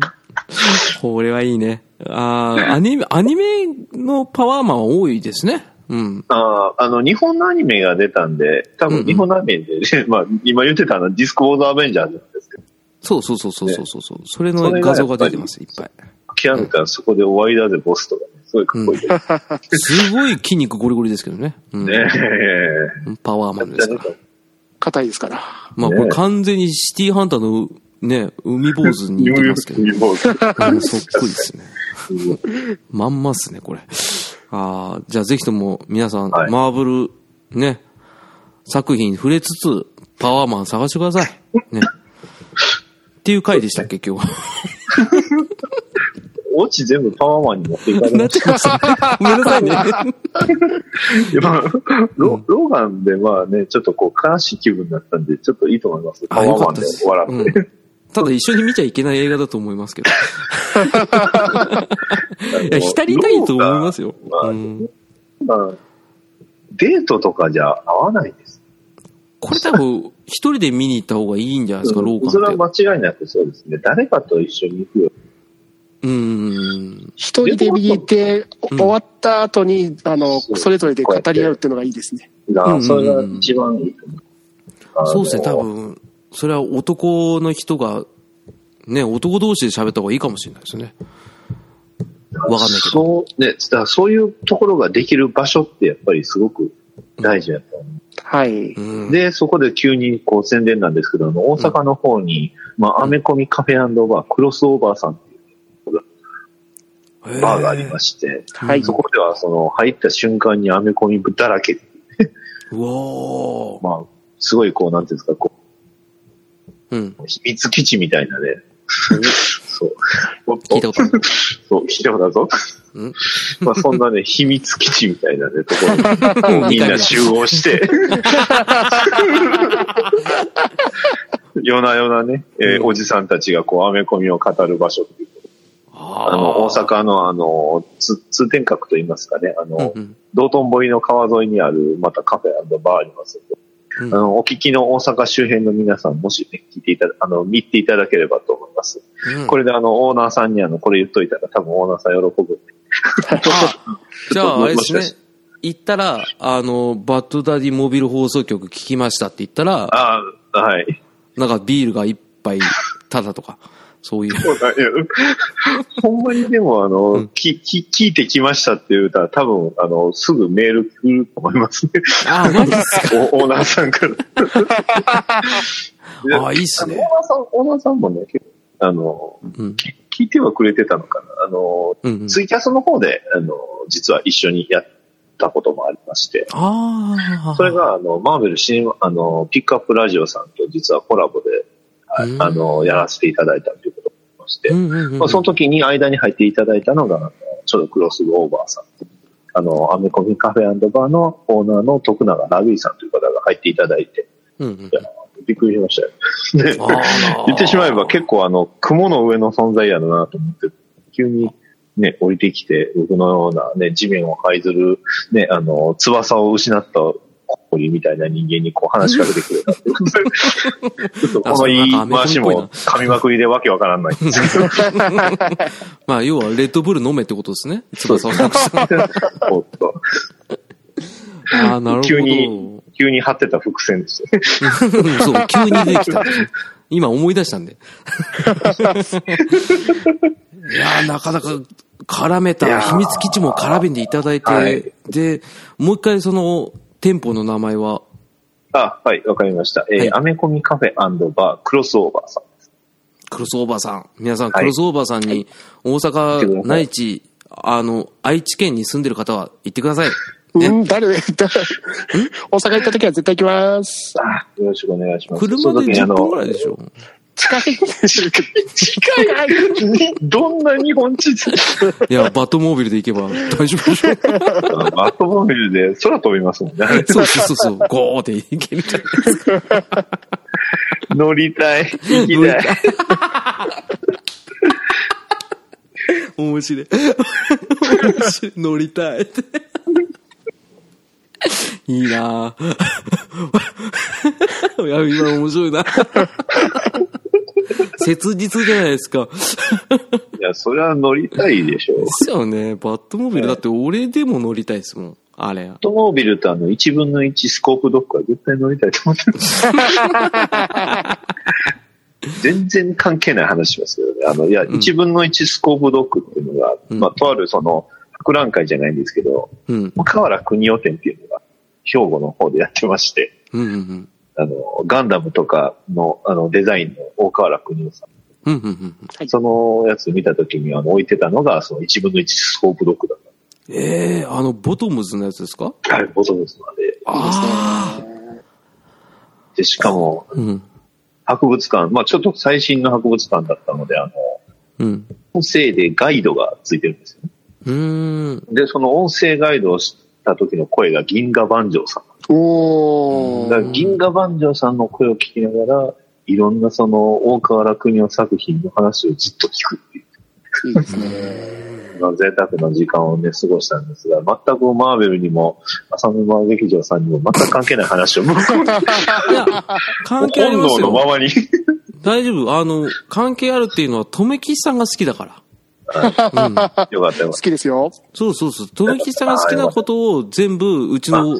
これはいいね。あーアニメ、アニメのパワーマンは多いですね。うん。
ああ、あの、日本のアニメが出たんで、多
うんう
分
ん
日本のアニメで、 [laughs] まあ、今言ってたあの、ディスコードアベンジャーズなんですけど、
そうそうそうそうそうそうそう。それ
そ
の
れが
画像が出てます、いっぱい。
極めたらそこで終わりだぜ、ボスとかね、すごいかっこいいです
すごい筋肉ゴリゴリですけどね。うん。
ね。
パワ
[laughs]
ーマンですから。
硬いですから。
まあこれ完全にシティハンターのね、海坊主に似てます
[laughs]
けど。
ニューヨ
[laughs]
ーク
うんそっくりですね。まんまっすね、これ。ああ、じゃあぜひとも皆さん、
はい
マーブル、ね、作品触れつつ、パワーマン探してください。ね。っていう回でしたっけ、今日は。
オチ全部パワーマンに持っていかれ
な
ま
っ
し
ちゃいましたね。ごめんなさいね。
た。まあロローガンでまあね、ちょっとこう悲しい気分だったんで、ちょっといいと思います。パ
あよ
ワー
か
マ
っ
ン
た
で
です。
終わらせて。
うんただ一緒に見ちゃいけない映画だと思いますけ
[laughs]
ど。いや、浸りたいと思いますよ。
ローガンは
うん
まあデートとかじゃ合わないです。
これ多分、一人で見に行った方がいいんじゃないですか、ロー
それ
ガン
は
って。
間違いなくそうですね。誰かと一緒に行くよ
うん。
一人で見に行って、
うん
終わった後に、あの、
そう
それぞれで語り合うっていうのがいいですね。
な
うんうんうん
それが一番いいと思う。
そうですね、
あの
多。分、それは男の人が、ね、男同士で喋った方がいいかもしれないですね。わかんないけど。
そう、ね、だからそういうところができる場所ってやっぱりすごく大事だと思
はい。
う
う。
ん、
で、そこで急にこう宣伝なんですけど、あの大阪の方に、まあ、アメコミカフェバー、クロスオーバーさんっていうバーがありま
し
して、
はい。
そこではその入った瞬間にアメコミ部だらけ、
た。うおー。
まあ、すごいこう、なんていうんですか、こ
うん。
う、秘密基地みたいなね。そう。
聞いたこ
[laughs]
とある。
そう、聞いたことある
[laughs]
ぞ。
うん
まあそんなね、秘密基地みたいなね、ところにこうみんな集合
[laughs]
して、夜な夜なね、えー
うん
おじさんたちがこう、アメコミを語る場所っていうこ
あ
あの、大阪の、あの、つ通天閣といいますかね、あの、
うんうん
道頓堀の川沿いにある、またカフェバーありますんで、
うん
あの、お聞きの大阪周辺の皆さん、もしね、聞いていただ、あの、見ていただければと思います。
うん
これであの、オーナーさんにあの、これ言っといたら多分オーナーさん喜ぶんで。
あじゃあ、あれですね
もしかし。
行ったら、あの、バッドダディモビル放送局聞きましたって言ったら、
ああ、 [laughs] はい。
なんかビールが一杯タダとか、そういう。
そうだよほんまにでもあの、
うん
き、き、聞いてきましたって言うたら多分、あの、すぐメール来ると思い
[laughs]
ますね。
[laughs] あ、マジっす
おオーナーさん
[laughs]
から。
か。あ、いいっす
オー
ね。
ナーさん、オーナーさんもね、結構あの、
うん。
き聞いてはくれてたのかな。あの、
うんうん
ツイキャスの方で、あの、実は一緒にやったこともありまして、
ああ。
それ、が、あの、マーベル新、あの、ピックアップラジオさんと実はコラボで、あ
うん
あの、やらせていただいたということもありまして、
うんうんうん。
まあ、その時に間に入っていただいたのが、あのちょっとクロスオーバーさんとあの、アメコミカフェバーのオーナーの徳永ラビーさんという方が入っていただいて、
うんうん。
びっくりしましたよ。で
あー
[laughs] 言ってしまえば結構あの、雲の上の存在やだなと思って、急にね、降りてきて、僕のようなね、地面を這いずる、ね、あの、翼を失ったコリみたいな人間にこう話しかけてくれたっていうことでちょっとこの言い回しも噛みまくりでわけわからないんですけど、
まあ、要は、レッドブル飲めってことですね。翼をなくした。
おっと
ああ、なるほど。
急に、急に張ってた伏線ですね。
うん [laughs] そう、急に出てきた。今思い出した
[laughs]
んで。いやーなかなか絡め
いや
た、
ー
秘密基地も絡めていただいて、
はい
で、もう一回その、店舗の名前は、
あ、はい、わかりました。えー
はい
アメコミカフェバークロスオーバーさん。
クロスオーバーさん。皆さん、
はい
クロスオーバーさんに、
行
大
ってくださ
阪
い
内地、あの、愛知県に住んでる方は行ってください。
う
ね、
ん、
[laughs]
誰、誰、大阪行った時は絶対行きます。
あよろしくお願いします。そ
車
の
で
時にあ
10
の
分ぐらいでしょ。
近いでしょうけど。
近い、どんな日本地図
いや、バットモービルで行けば大丈夫で
[laughs]
しょ。
バットモービルで空飛びますもんね。
そうそうそうそう、ゴーって行けるじゃないですか。
[laughs] 乗りたい。行きたい。
面白い。面白い乗りたいって。いいなぁ。いや、今面白いな切実じゃないですか。で
いや、それは乗りたいでしょう。バッ
すよね。バットモービル。だって俺でも乗りたいですもん。あれ。
トモービルとあの、1分の1スコープドッグは絶対乗りたいと思って [laughs] る。全然関係ない話しますけどね。あの、いや、
ん
1分の1スコープドッグっていうのが、
うん
まあ、とあるその、博覧会じゃないんですけど、
うん。
小河原国夫店っていうのが、兵庫の方でやってまして、
うんうんうん。
あの、ガンダムとかの、あの、デザインの大河原邦夫さん。
うんうんうん。
はい
そのやつ見たときに、あの、置いてたのが、その1分の1スコープドッグだっ
ええあの、ボトムズのやつですか
た。はい、ボトムズまで。
あ
で、しかも、
あ。うん。
博物館、まあちょっと最新の博物館だったので、あの、
うん。
音声でガイドがついてるんですよね。
うーん。
で、その音声ガイドをした時の声が銀河万丈さん。
お
だから
ー。
銀河万丈さんの声を聞きながら、いろんなその大河原邦夫作品の話をずっと聞くっていう。
いいですね。
まあ、贅沢な時間をね、過ごしたんですが、全くマーベルにも、浅沼劇場さんにも全く関係ない話を、
いや、関係あり
本
ます
能
よ
の。ままに。
大丈夫。あの、関係あるっていうのは、とめきさんが好きだから。うん、
よかったよ
好。きですよ。
そうそうそう。とめきさんが好きなことを全部、うちの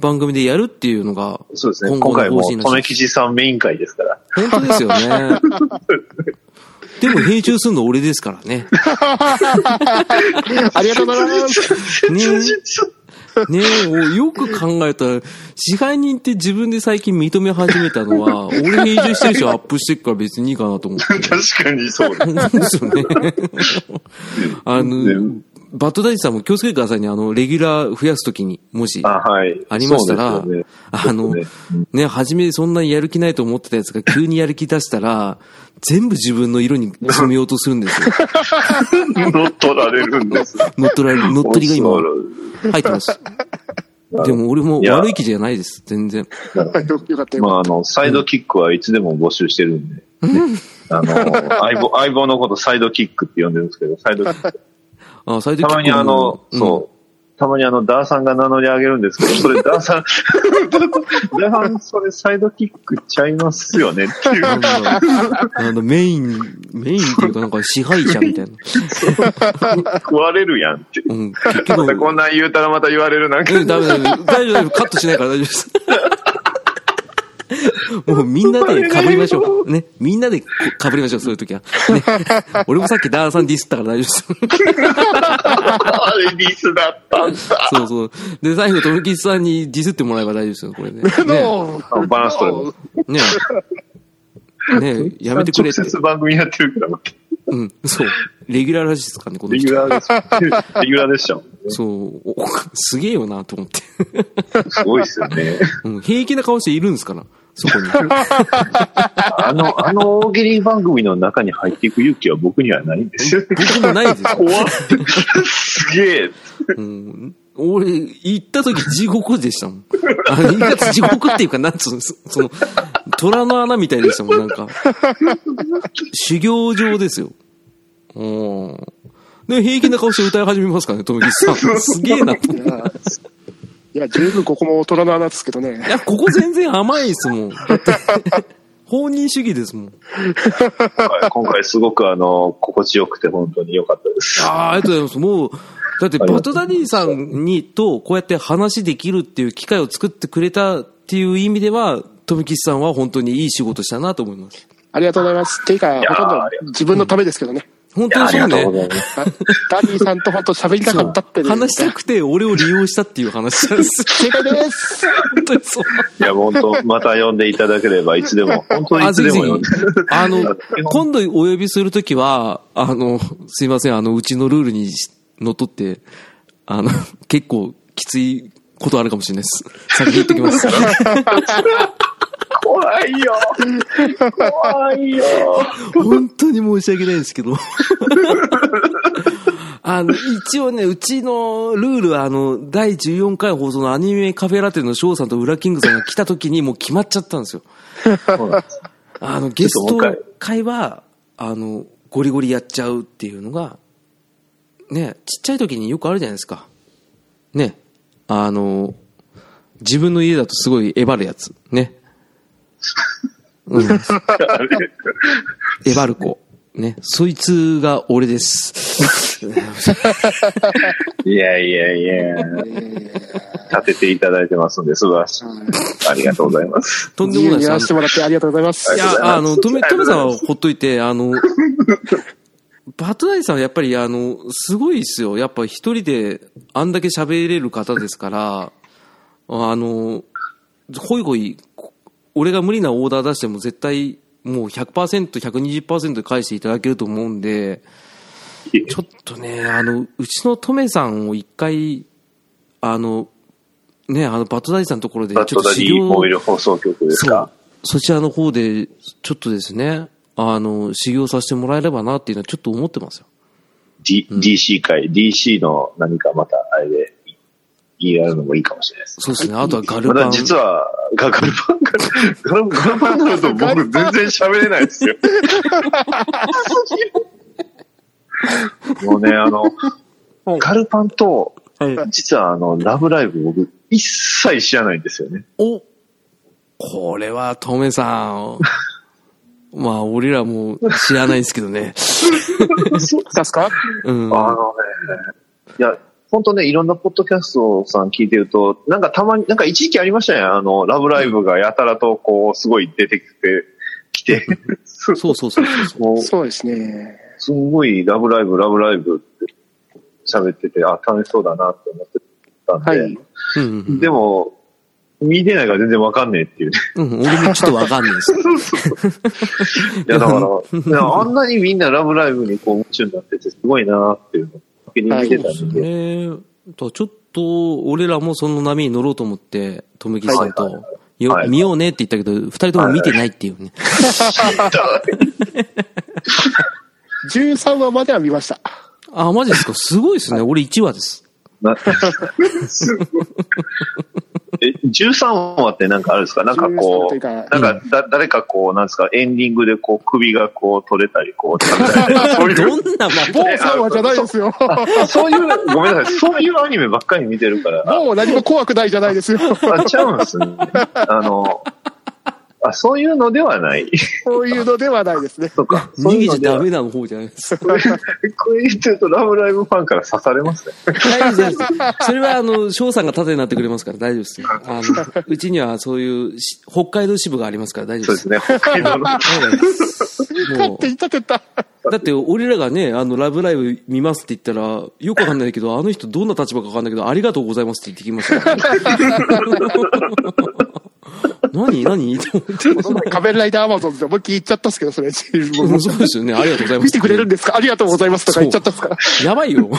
番組でやるっていうのが、
そうですね。
今
今
後
回
の
も
方針、らしい
留吉さんメイン会ですから。
本当ですよね。 [laughs] でも、編集するの俺ですからね。
ありがとうございます。
ねえ、ねえ、およく考えたら、支配人って自分で最近認め始めたのは、俺編集してるしアップしてっから別にいいかなと思って。
[laughs] 確かにそうです。
です [laughs] よね。あの
ね、
バッドダディさんも気をつけてくださいね。あの、レギュラー増やすときに、もし、
あ、
あ
はい。
りましたら、
そうです
あの、
そうで
ね
すね、
初めそんなにやる気ないと思ってたやつが急にやる気出したら、全部自分の色に染めようとするんで
[laughs]
すよ。
よね乗っ取られるんです。
乗っ取られる、乗っ取りが今、
恐ろ [laughs]
入ってます。でも俺も
いや
悪い気じゃないです、全然。
よよかったよ
ま
か
あ、
っ
あの、サイドキックはいつでも募集してるんで、ね
[laughs]
あの、相棒、相棒のことサイドキックって呼んでるんですけど、サイドキック。
あ、最
たまにあの、そう、たまにあの、ダーさんが名乗り上げるんですけど、それダーさん、 [laughs] ダーさん、それサイドキックちゃいますよねっていう。
なんだろうあの、メイン、メインっていうかなんか支配者みたいな。
食われるやんって。
うん、結
また [laughs] こ
局、
んなん言うたらまた言われるなんか
う。んダメダメ、大丈夫大丈夫、カットしないから大
[laughs]
丈夫です。もうみんなで被りましょう。ね。みんなでこ被りましょう、そういう時は。ね、
[laughs]
俺もさっきダーさんディスったから大丈夫です。
あれディスだったんだ。
そうそう。で、最後、トルキスさんにディスってもらえば大丈夫ですよ、これ
[laughs]
ね。
た。
ね
の
バランス取れます。
ね
[laughs]
ねやめてくれって
直。接番組やってるから、
うん、そう。レギュラーらしいですからね、この
レギ
人
ュ。ラーです。レギュラーでしたもんね。
そう。おすげえよな、と思って。
すごいですよね。
うん、平気な顔しているんですから、そこに。
あの、あの大喜利番組の中に入っていく勇気は僕にはないんですよ。
僕もないですよ。
怖っすげえ。
うん、俺、行った時地獄でしたもん。あの、言い方地獄っていうか、なんつうの、そその、虎の穴みたいでしたもん、なんか。修行場ですよ。うん。で、平気な顔して歌い始めますからね、富木さん。すげえなと思って。
いや、十分ここも大人の穴ですけど
い
ね。
や、ここ全然甘いですもん。だって、放任主義ですもん。
はい今回すごくあの、心地よくて本当に良かったです。
ああ、ありがとうございます。もう、だって、
ありがとうございます
バトダディさんにと、こうやって話できるっていう機会を作ってくれたっていう意味では、富吉さんは本当にいい仕事したなと思います。
ありがとうございます。ていうか、
いやー
ほとんど自分のためですけどね。
本
いや
当に
あり
そう
がとうご
ね。
ざいます。
あダディさんと本当喋りたかったってね
話したくて、俺を利用したっていう話なん
[laughs]
です。
正解です。
本当にそう。
いや、本当、また呼んでいただければ、いつでも、本当に
あ、
いつ
ぜ
で
ひぜ
も呼
ひ
んで。。 [laughs]
あの、今度お呼びするときは、あの、すいません、あの、うちのルールにしのっとって、あの、結構きついことあるかもしれないです。先に言っときます。
怖いよ。怖いよ。
[laughs] 本当に申し訳ないです [laughs] けど。あの、一応ね、うちのルールは、あの、第14回放送のアニメカフェラテの翔さんとウラキングさんが来た時にもう決まっちゃったんですよ。
そうなんです
[laughs] あの、ゲス
ちょ
ト
っともう一
会は、あの、ゴリゴリやっちゃうっていうのが、ね、ちっちゃい時によくあるじゃないですか。ね、あの、自分の家だとすごいえばるやつ。 [laughs] ね。うん。
あれ
エバルコ。ね。そいつが俺です。
いやいやいや。立てていただいてますんで、素晴らしい。ありがとうございます。
とんで
自由に
もないで
やらせ
す。
てもらってありがとうございます。
あ
い
りがとうございます
や、あの、トメ、
あ
ト
りがとう
メ
ござい
さん
ます
はほっといて、あの、バットダイさんはやっぱり、あの、すごいですよ。やっぱ一人であんだけ喋れる方ですから、あの、ほいほい、こ俺が無理なオーダー出しても絶対、もう100%、120%で返していただけると思うんで、ちょっとね、あの、うちのトメさんを一回、あの、ね、あの、バットダディさんのところで、ちょ
バ
っ
ット
と
ダデ
修
ィ
行
モイル放送局です
そう
か。
そちらの方で、ちょっとですね、あの、修行させてもらえればなっていうのはちょっと思ってますよ。
D- DC 会、DC の何かまた、あれで、言い合うのもいいかもしれないです。
そうですね。あとはガル
ま
パ
だ。
ン
実は、ガガルパン、ガルガルパンになると僕全然喋れないですよ。もうね、あの、ガルパンと、
はい
実はあの、ラブライブ僕一切知らないんですよね。
おこれは、トメさん。 [laughs] まあ、俺らも知らないですけどね。
出すか
うん。
あのね、いや、本当ね、いろんなポッドキャストさん聞いてると、なんかたまに、なんか一時期ありましたね。あの、ラブライブがやたらとこう、すごい出てきて、きて、 [laughs] そう
そうそうそうそう。
もう
そうですね。
すんごいラブライブ、ラブライブって喋ってて、あ、楽しそうだなって思ってたん
は
で、
い。
うんうん
でも、見てないから全然わかんねえっていうね。
うん、うん俺もちょっとわかんないです。
いや、だ
[laughs]
から、いやあんなにみんなラブライブにこう夢中になっててすごいなっていうのを先に見てた
そ
ん
う
で、
ですね。だからちょっと、俺らもその波に乗ろうと思って、トムキさん
はいはい
と、よ
はい
見ようねって言ったけど、二人とも見てないっていうね。
13話までは見ました。
あ、マジですかすごいですね。俺1話です。
[laughs]
なすごいえ、13話ってなんかあるんですかなんかこ
13
う、
というか
なんかだ、誰かこう、なんですか、エンディングでこう、首がこう、取れたり、こう、食べたり
[laughs]
とか、そういう、
どんな魔
某3話じゃないですよ。
そういう、ごめんなさい、そういうアニメばっかり見てるから、
[laughs]
あ
もう何も怖くないじゃないですよ。
あ、ちゃうんですね。あの、あ、そういうのではない。 [laughs]
そういうのではないですね。
とか、そう
逃
い
げ
う
ちゃ
ので
ダ
は
メな方じゃないですか。
[laughs] これ言ってると、ラブライブファンから刺されますね。
大丈
[laughs]
夫です。それは、あの、翔さんが盾になってくれますから大丈夫ですよ。あ
[laughs]
の、うちにはそういうし、北海道支部がありますから大丈
そう
夫で。
ですすね、北海道の。
[laughs] 勝
も
手に立てた。
う、だって俺らがね、あの、ラブライブ見ますって言ったら、よくわかんないけど、あの人どんな立場かわかんないけど、ありがとうございますって言ってきま
[laughs]
したから。
[laughs]
何何と思って。
仮面ライダーアマゾンで思いっきり言っちゃったっすけど、それ。
うんそうですよね。ありがとうございます。
見てくれるんですかありがとうございますとか言っちゃったっすから。
やば
[laughs]
いよ。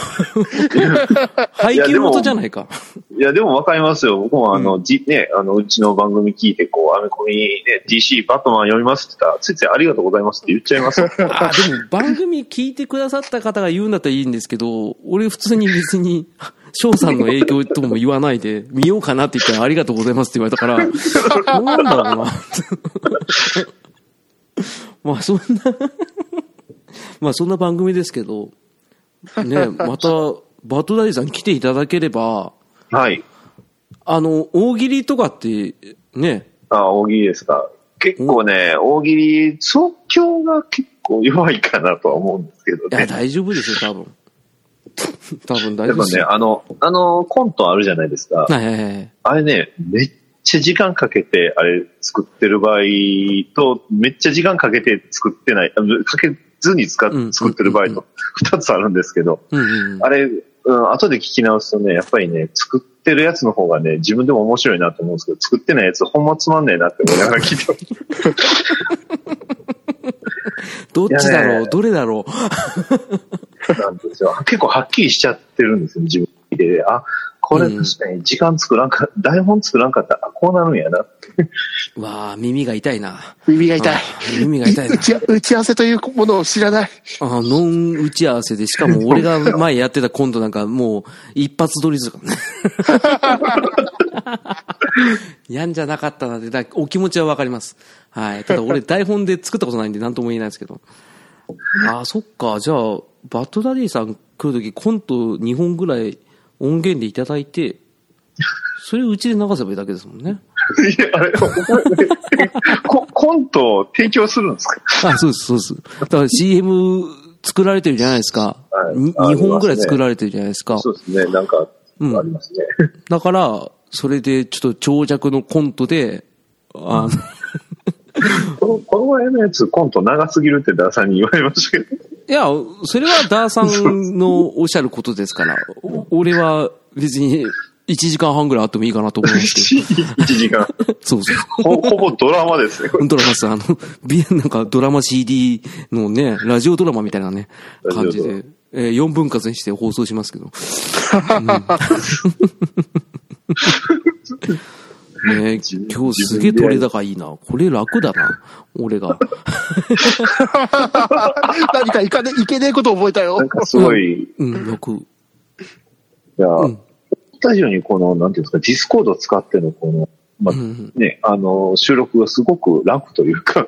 配給元じゃないか。
いや、でもわかりますよ。僕もあの、じ、ね、あの、うちの番組聞いて、こう、アメコミね、DC バットマン読みますって言ったら、ついついありがとうございますって言っちゃいます。
[laughs] あでも番組聞いてくださった方が言うんだったらいいんですけど、俺普通に別に、翔さんの影響とも言わないで、見ようかなって言ったらありがとうございますって言われたから、なんだろうな。まあそんな、まあそんな番組ですけど、ね、また、バトダイさん来ていただければ、
はい。
あの、大喜利とかって、ね、
あ、大喜利ですか。結構ね、大喜利、即興が結構弱いかなとは思うんですけど
いや、
ね。
大丈夫ですよ、多分。多分大
で
丈夫
も
です
ね、
よ。
あの、あの、コントあるじゃないですか。
はいはいはい。
あれね、めっちゃ時間かけて、あれ作ってる場合と、めっちゃ時間かけて作ってない、あかけずに使っ
うん
作ってる場合と、二つあるんですけど、
うんうんうん。
あれ、うん、後で聞き直すとね、やっぱりね、作ってるやつの方がね、自分でも面白いなと思うんですけど、作ってないやつ、ほんまつまんねえなって思いながら聞いてます。
どっちだ
いや
ろう
ね
どれだろう
なんですよ。 [laughs] 結構はっきりしちゃってるんですよ、自分で。あ、これ確かに時間作らんか、台本作らんかったら、あ、こうなるんやな。
うわあ耳が痛いな。
耳が痛い。
うん耳が痛 [laughs] いな
打。ち打ち合わせというものを知らない。 [laughs]
あノン打ち合わせで、しかも俺が前やってたコントなんかもう一発撮りですからね。 [laughs] やんじゃなかったなって、だお気持ちはわかります。はい。ただ俺台本で作ったことないんで何とも言えないですけど。あー、そっか。じゃあ、バッドダディさん来るときコント2本ぐらい音源でいただいて、それうちで流せばいいだけですもんね。
[laughs] いや、あれ、 [laughs] ココントを提供するんですか
あ、そうです、そうです。だから CM 作られてるじゃないですか。
はい
に
あ
2本ぐら
ありますね
い作られてるじゃないですか。
そうですね、なんか、
うん
ありますね。 [laughs]
だから、それでちょっと長尺のコントで、あの、
この、この前のやつ、コント長すぎるってダーさんに言われましたけど。
いや、それはダーさんのおっしゃることですから、お俺は別に1時間半ぐらいあってもいいかなと思いますけ
[laughs] 1時間。 [laughs]
ど。そうそう。
ほほぼドラマですね、これ。
ドラマさ、あの、 [laughs] ビアなんかドラマ CD のね、ラジオドラマみたいなね、感じ
ラジオ
で、えー、4分割にして放送しますけど。
[laughs]
うんねえ今日すげえ取れ高いいな。これ楽だな。俺が。
何かいかね、いけねえことを覚えたよ
な。んかすごい、い
うん、楽。
や、スタジオにこの、なんていうんですか、ディスコード使ってのこの、まあ、
うんうん
ね、あの、収録がすごく楽というか、
本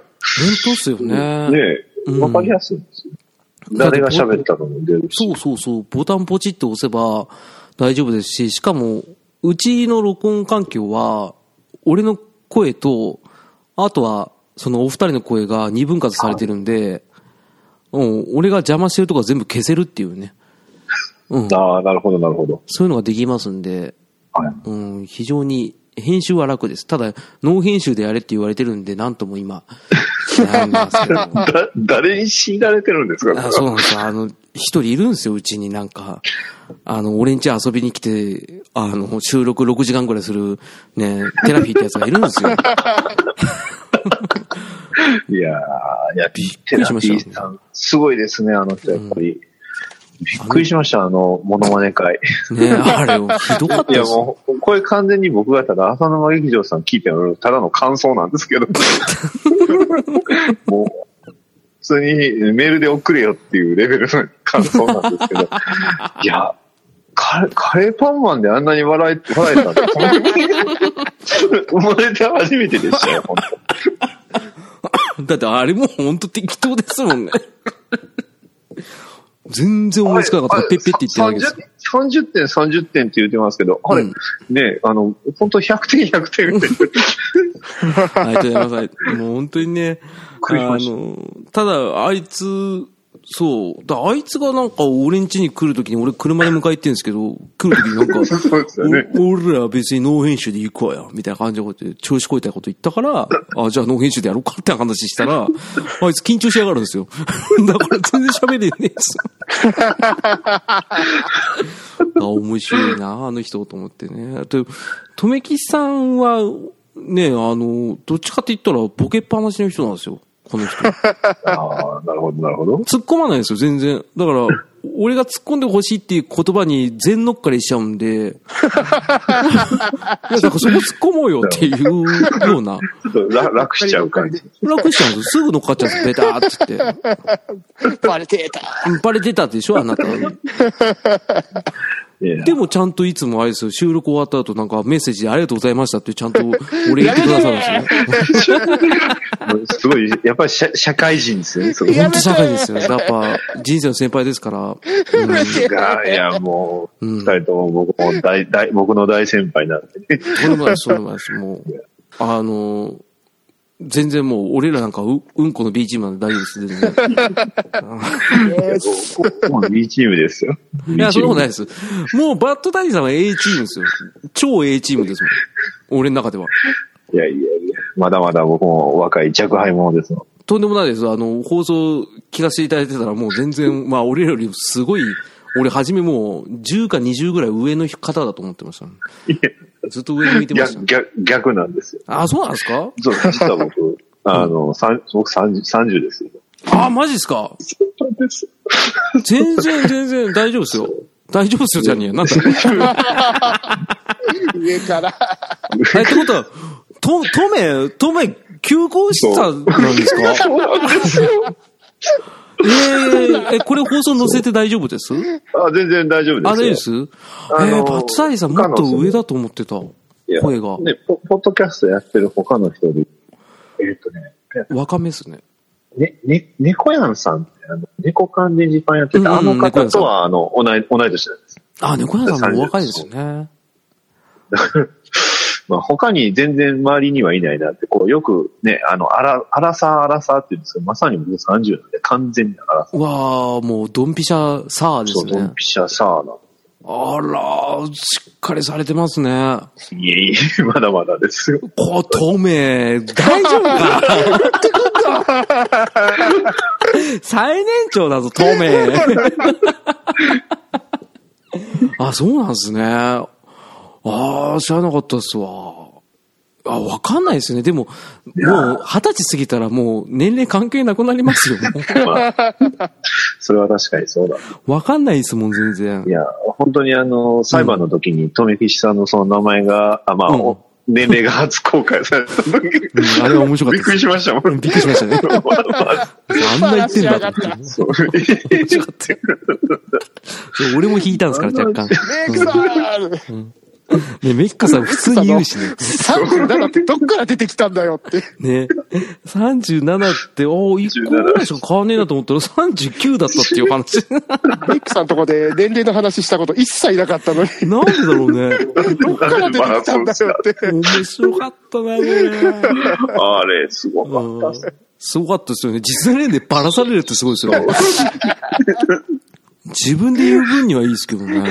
当っすよね。
ね
う、ん
わかりやすいんですよ。
だって
誰が喋ったのも出るし
そう。そうそう、ボタンポチって押せば大丈夫ですし、しかも、うちの録音環境は、俺の声と、あとは、そのお二人の声が二分割されてるんで、うん、俺が邪魔してるとか全部消せるっていうね。うん、
ああ、なるほど、なるほど。
そういうのができますんで、
はい。
うん、非常に編集は楽です。ただ、ノー編集でやれって言われてるんで、なんとも今、悩んでますけど。
だ、誰に強いられてるんですか
あそうなんですよ。あの、一人いるんですよ、うちになんか。あの、俺ん家遊びに来て、あの、収録6時間ぐらいする、ね、テラフィーってやつがいる
[laughs]
んですよ。
いやー、いや、
びっくりしました
テラピーさんすごいですね、あの人、やっぱり。びっくりしました、あの、モノマネ会。
ね、あれ、ひどかった
いや、
ですよ。
もう、これ完全に僕がただ、浅沼劇場さん聞いてるただの感想なんですけど。もう、普通にメールで送れよっていうレベルの感想なんですけど。いや、カレカレーパンマンであんなに笑え、笑えたって、生まれて初めてでしたよ、本当
だってあれも本当適当ですもんね。全然思いつかなかったから、ペッペって言ってるだけですよ。
30点、30点って言ってますけど、あれ、
うん
ね、あの、本当100点、100点って。
ありがとうございます。もう本当にね、あ
くりしました
の、ただ、あいつ、そう、だあいつがなんか俺ん家に来るときに、俺車で迎え行ってんですけど、来るときになんか、
そうですよね。
お俺ら別にノー編集で行こうよ、みたいな感じのことで、調子こいたこと言ったから、あ、じゃあノー編集でやろうかって話したら、あ [laughs] いつ緊張しやがるんですよ。 [laughs] だから全然喋れねえです。 [laughs] あ、面白いな、あの人と思ってね。と、とめきさんは、ね、あの、どっちかって言ったらボケっぱなしの人なんですよ。この人。
ああ、なるほど、なるほど。
突っ込まないんですよ、全然。だから、俺が突っ込んでほしいっていう言葉に全乗っかりしちゃうんで、いやだからそこ突っ込もうよっていうような、
ちょっと楽楽しちゃう感じ。
楽しちゃうんですよ。すぐ乗っかっちゃうんですよ、ベターって言って。
バレてた。
バレてたでしょ、あなた。で
でも、
もちゃんといつもあれですよ、収録終わった後なんかメッセージでありがとうございましたってちゃんと俺言ってくださるんですよね。
すごい、やっぱり社社会人ですよね、そこ
や
本当社会ですよ。やっぱ人生の先輩ですから。
が、いや、もう、
うん
二人とも僕も大、大、僕の大先輩なんでね。
とんでもないです、とんでもないです。もう、あの、全然もう、俺らなんかう、うんこの B チームなんで大丈夫です。全然
いや僕もう B チームですよ。
[laughs] いや、そんなことな
い。
いです。もう、バッドダディさんは A チームですよ。超 A チームですもん。俺の中では。
いやいやいや、まだまだ僕も若い若輩者ですもん。
とんでもないです。あの、放送聞かせていただいてたら、もう全然、まあ、俺らよりすごい、俺、初めもう、10か20ぐらい上の方だと思ってました。ずっと上に見てました
逆、。逆、逆なんですよ。
あ、そうなんですか
そう、実は僕、あの、三僕30、30ですよ。
あ、マジですか全然、全然、大丈夫ですよ。大丈夫ですよ、じゃねえよ。なんだ
上から。
え、ってことは、と、とめ、とめ、休校したんですか
そうなんですよ。
えーえ、これ放送載せて大丈夫です
あ、全然大丈夫ですよ。
あ、大丈夫です
あ
えー、
の
バッツダイさんもっと上だと思ってた。
いや
声が。
ねポ、ポッドキャストやってる他の人で、えっ、とね、
若めですね。
ね、ね、猫やんさんって、あの、猫缶で時間やって
うん
た、
うん
あの
猫や
方
んさん
とは、あの、同い、同い年なんです。
あ、猫屋さんもお若いですよね。
まあ、他に全然周りにはいないなって、こう、よくね、あの、あら、あらさあらさって言うんですけど、まさに僕30なんで、完全にあらさ。
うわー、もうドンピシャサーで
そ
す
う、ド
ね
ン。ピシャさあな。
あらー、しっかりされてますね。
いえいえ、 [laughs] まだまだですよ。
[laughs] こ、とめ、大丈夫か [laughs] 最年長だぞ、とめ。あ、そうなんですね。ああ、知らなかったっすわ。あ、わかんないですね。でも、もう、二十歳過ぎたらもう、年齢関係なくなりますよ。 [laughs]
まあ、それは確かにそうだ。
わかんないですもん、全然
い。や、本当にあの、裁判の時に、富吉さんのその名前が、あまあ、
うん
お年齢が初公開された時、
んあれは面白
び
かったです
っくりしましたもん。
びっくりしまし
[laughs]
たね。あんな言ってんだと思って。
そう
面白かったそう俺も引いたんですから、若干。
メイクさん
ね、メッカさん普通に言うしね。
!37 ってどっから出てきたんだよって。
ね。37って、おお、1個ぐらいしか変わんねえなと思ったら39だったっていう話。
メイクさんとこで年齢の話したこと一切なかったのに、
なんでだろうね。
どっから出てきたんだよって。
面白かったな、
[laughs]
これ。
あれ、すごかった。
うんすごかったですよね。実年齢バラされるってすごいですよ。自分で言う分にはいいですけ
[laughs]
どね。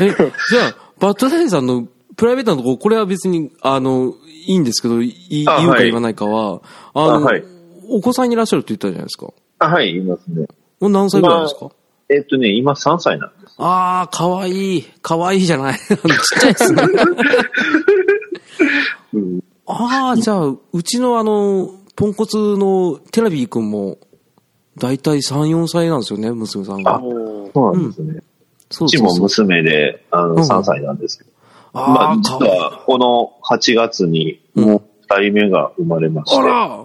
え、じゃあ、バッドダイさんのプライベートのところ、これは別に、あの、いいんですけど、い言う
あ
か
はい
言わないかは、あ
あ
の、
はい
お子さんいらっしゃるって言ったじゃないですか。も
あはい、いますね。
う何歳ぐらいですか、
えっとね、今3歳なんです。
ああ、かわいい。かわいいじ
[laughs]
ゃない。あのちっちゃいですね。ああ、じゃあ、うちのあの、ポンコツのテラビー君も、だいたい3、4歳なんですよね、娘さんが
あ。そうなんですね。う
そう
ち
そう
も
そう。
娘で、あの、
ん
3歳なんですけど。ま
あ
あ、
ー
実
かわいい
は、この8月に、もう2人目が生まれまして。
あら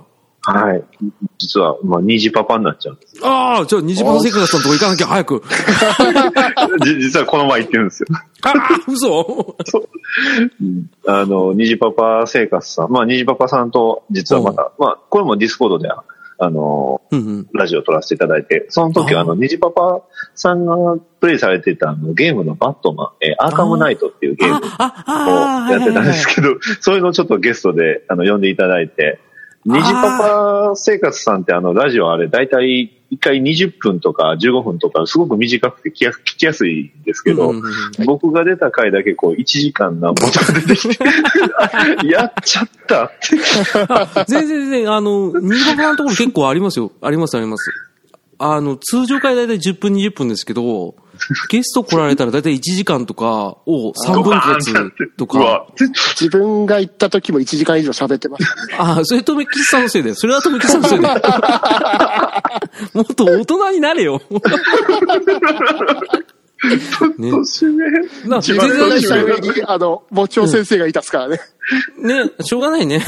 はい。実は、まあ、虹パパになっちゃうんです。
ああ、じゃあ、虹パのセクラさんとこ行かなきゃ早く。
[laughs] じ実はこの前言ってるんですよ。
ああ、嘘
あの、虹パパ生活さん、まあ、虹パパさんと実はまた、まあ、これもディスコードでは、あの、
うんうん。
ラジオを撮らせていただいて、その時はあの、虹パパさんがプレイされてたあのゲームのバットマン、えーアーカムナイトっていうゲーム
あ
を、
あ、ああ、
やってたんですけど、それのちょっとゲストであの呼んでいただいて、虹パパ生活さんってあの、ラジオあれ、だいたい1回20分とか15分とか、すごく短くて聞きや聞きやすいんですけど、
うんうんうん
僕が出た回だけこう1時間なんぼとか出てきて、
[laughs]
やっちゃったって。
全然全然、あの、新潟のところ結構ありますよ。ありますあります。あの、通常回大体10分20分ですけど、ゲスト来られたら大体1時間とかを3分割と
う
か
わ。
自分が行った時も1時間以上喋ってましたね。
ああ、それとめきさんのせいだよ。それはとめきさんのせいだよ。もっと大人になれよ。ね、
年上
な
一
全
番
然ないです
久
よ。
々に、あの、もちお先生がいたっすからね。
ね、しょうがないね。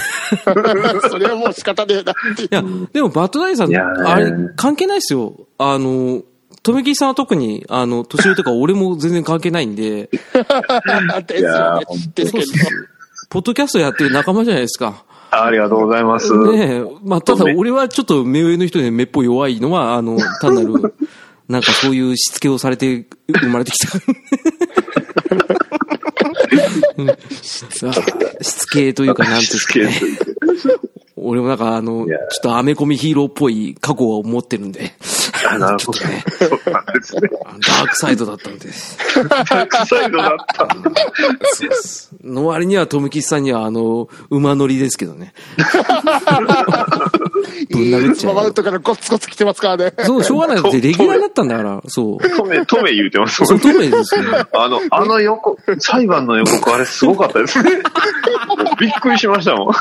それはもう仕方ねえなっていう
いや、でもバッドダイさん、
いやー
あれ、関係ないですよ。あの、とめきさんは特に、あの、年上とか俺も全然関係ないんで、
ですよね。ですけど。
ポッドキャストやってる仲間じゃないですか。
ありがとうございます。
ねえ、まあ、ただ俺はちょっと目上の人に目っぽい弱いのは、あの、単なる、なんかそういうしつけをされて生まれてきた。うんあしつけというか、なんていうんですかね。俺もなんかあの、ち
い
ょ
や
っとアメコミヒーローっぽい過去を持ってるんで、
あなるほど。そうなんですね。
ダークサイドだったんで。
ダークサイドだった。
の割には、トムキスさんには、あの、馬乗りですけどね。ぶん殴っちゃう
マウントからゴツゴツ来てますからね。
[laughs] そう、しょうがない。だってレギュラーだったんだから、そう。
トメ、トメ言うてますもん
そう、トメですね。
[laughs] あの、あの予告、裁判の予告あれすごかったですね。 [laughs] びっくりしましたもん。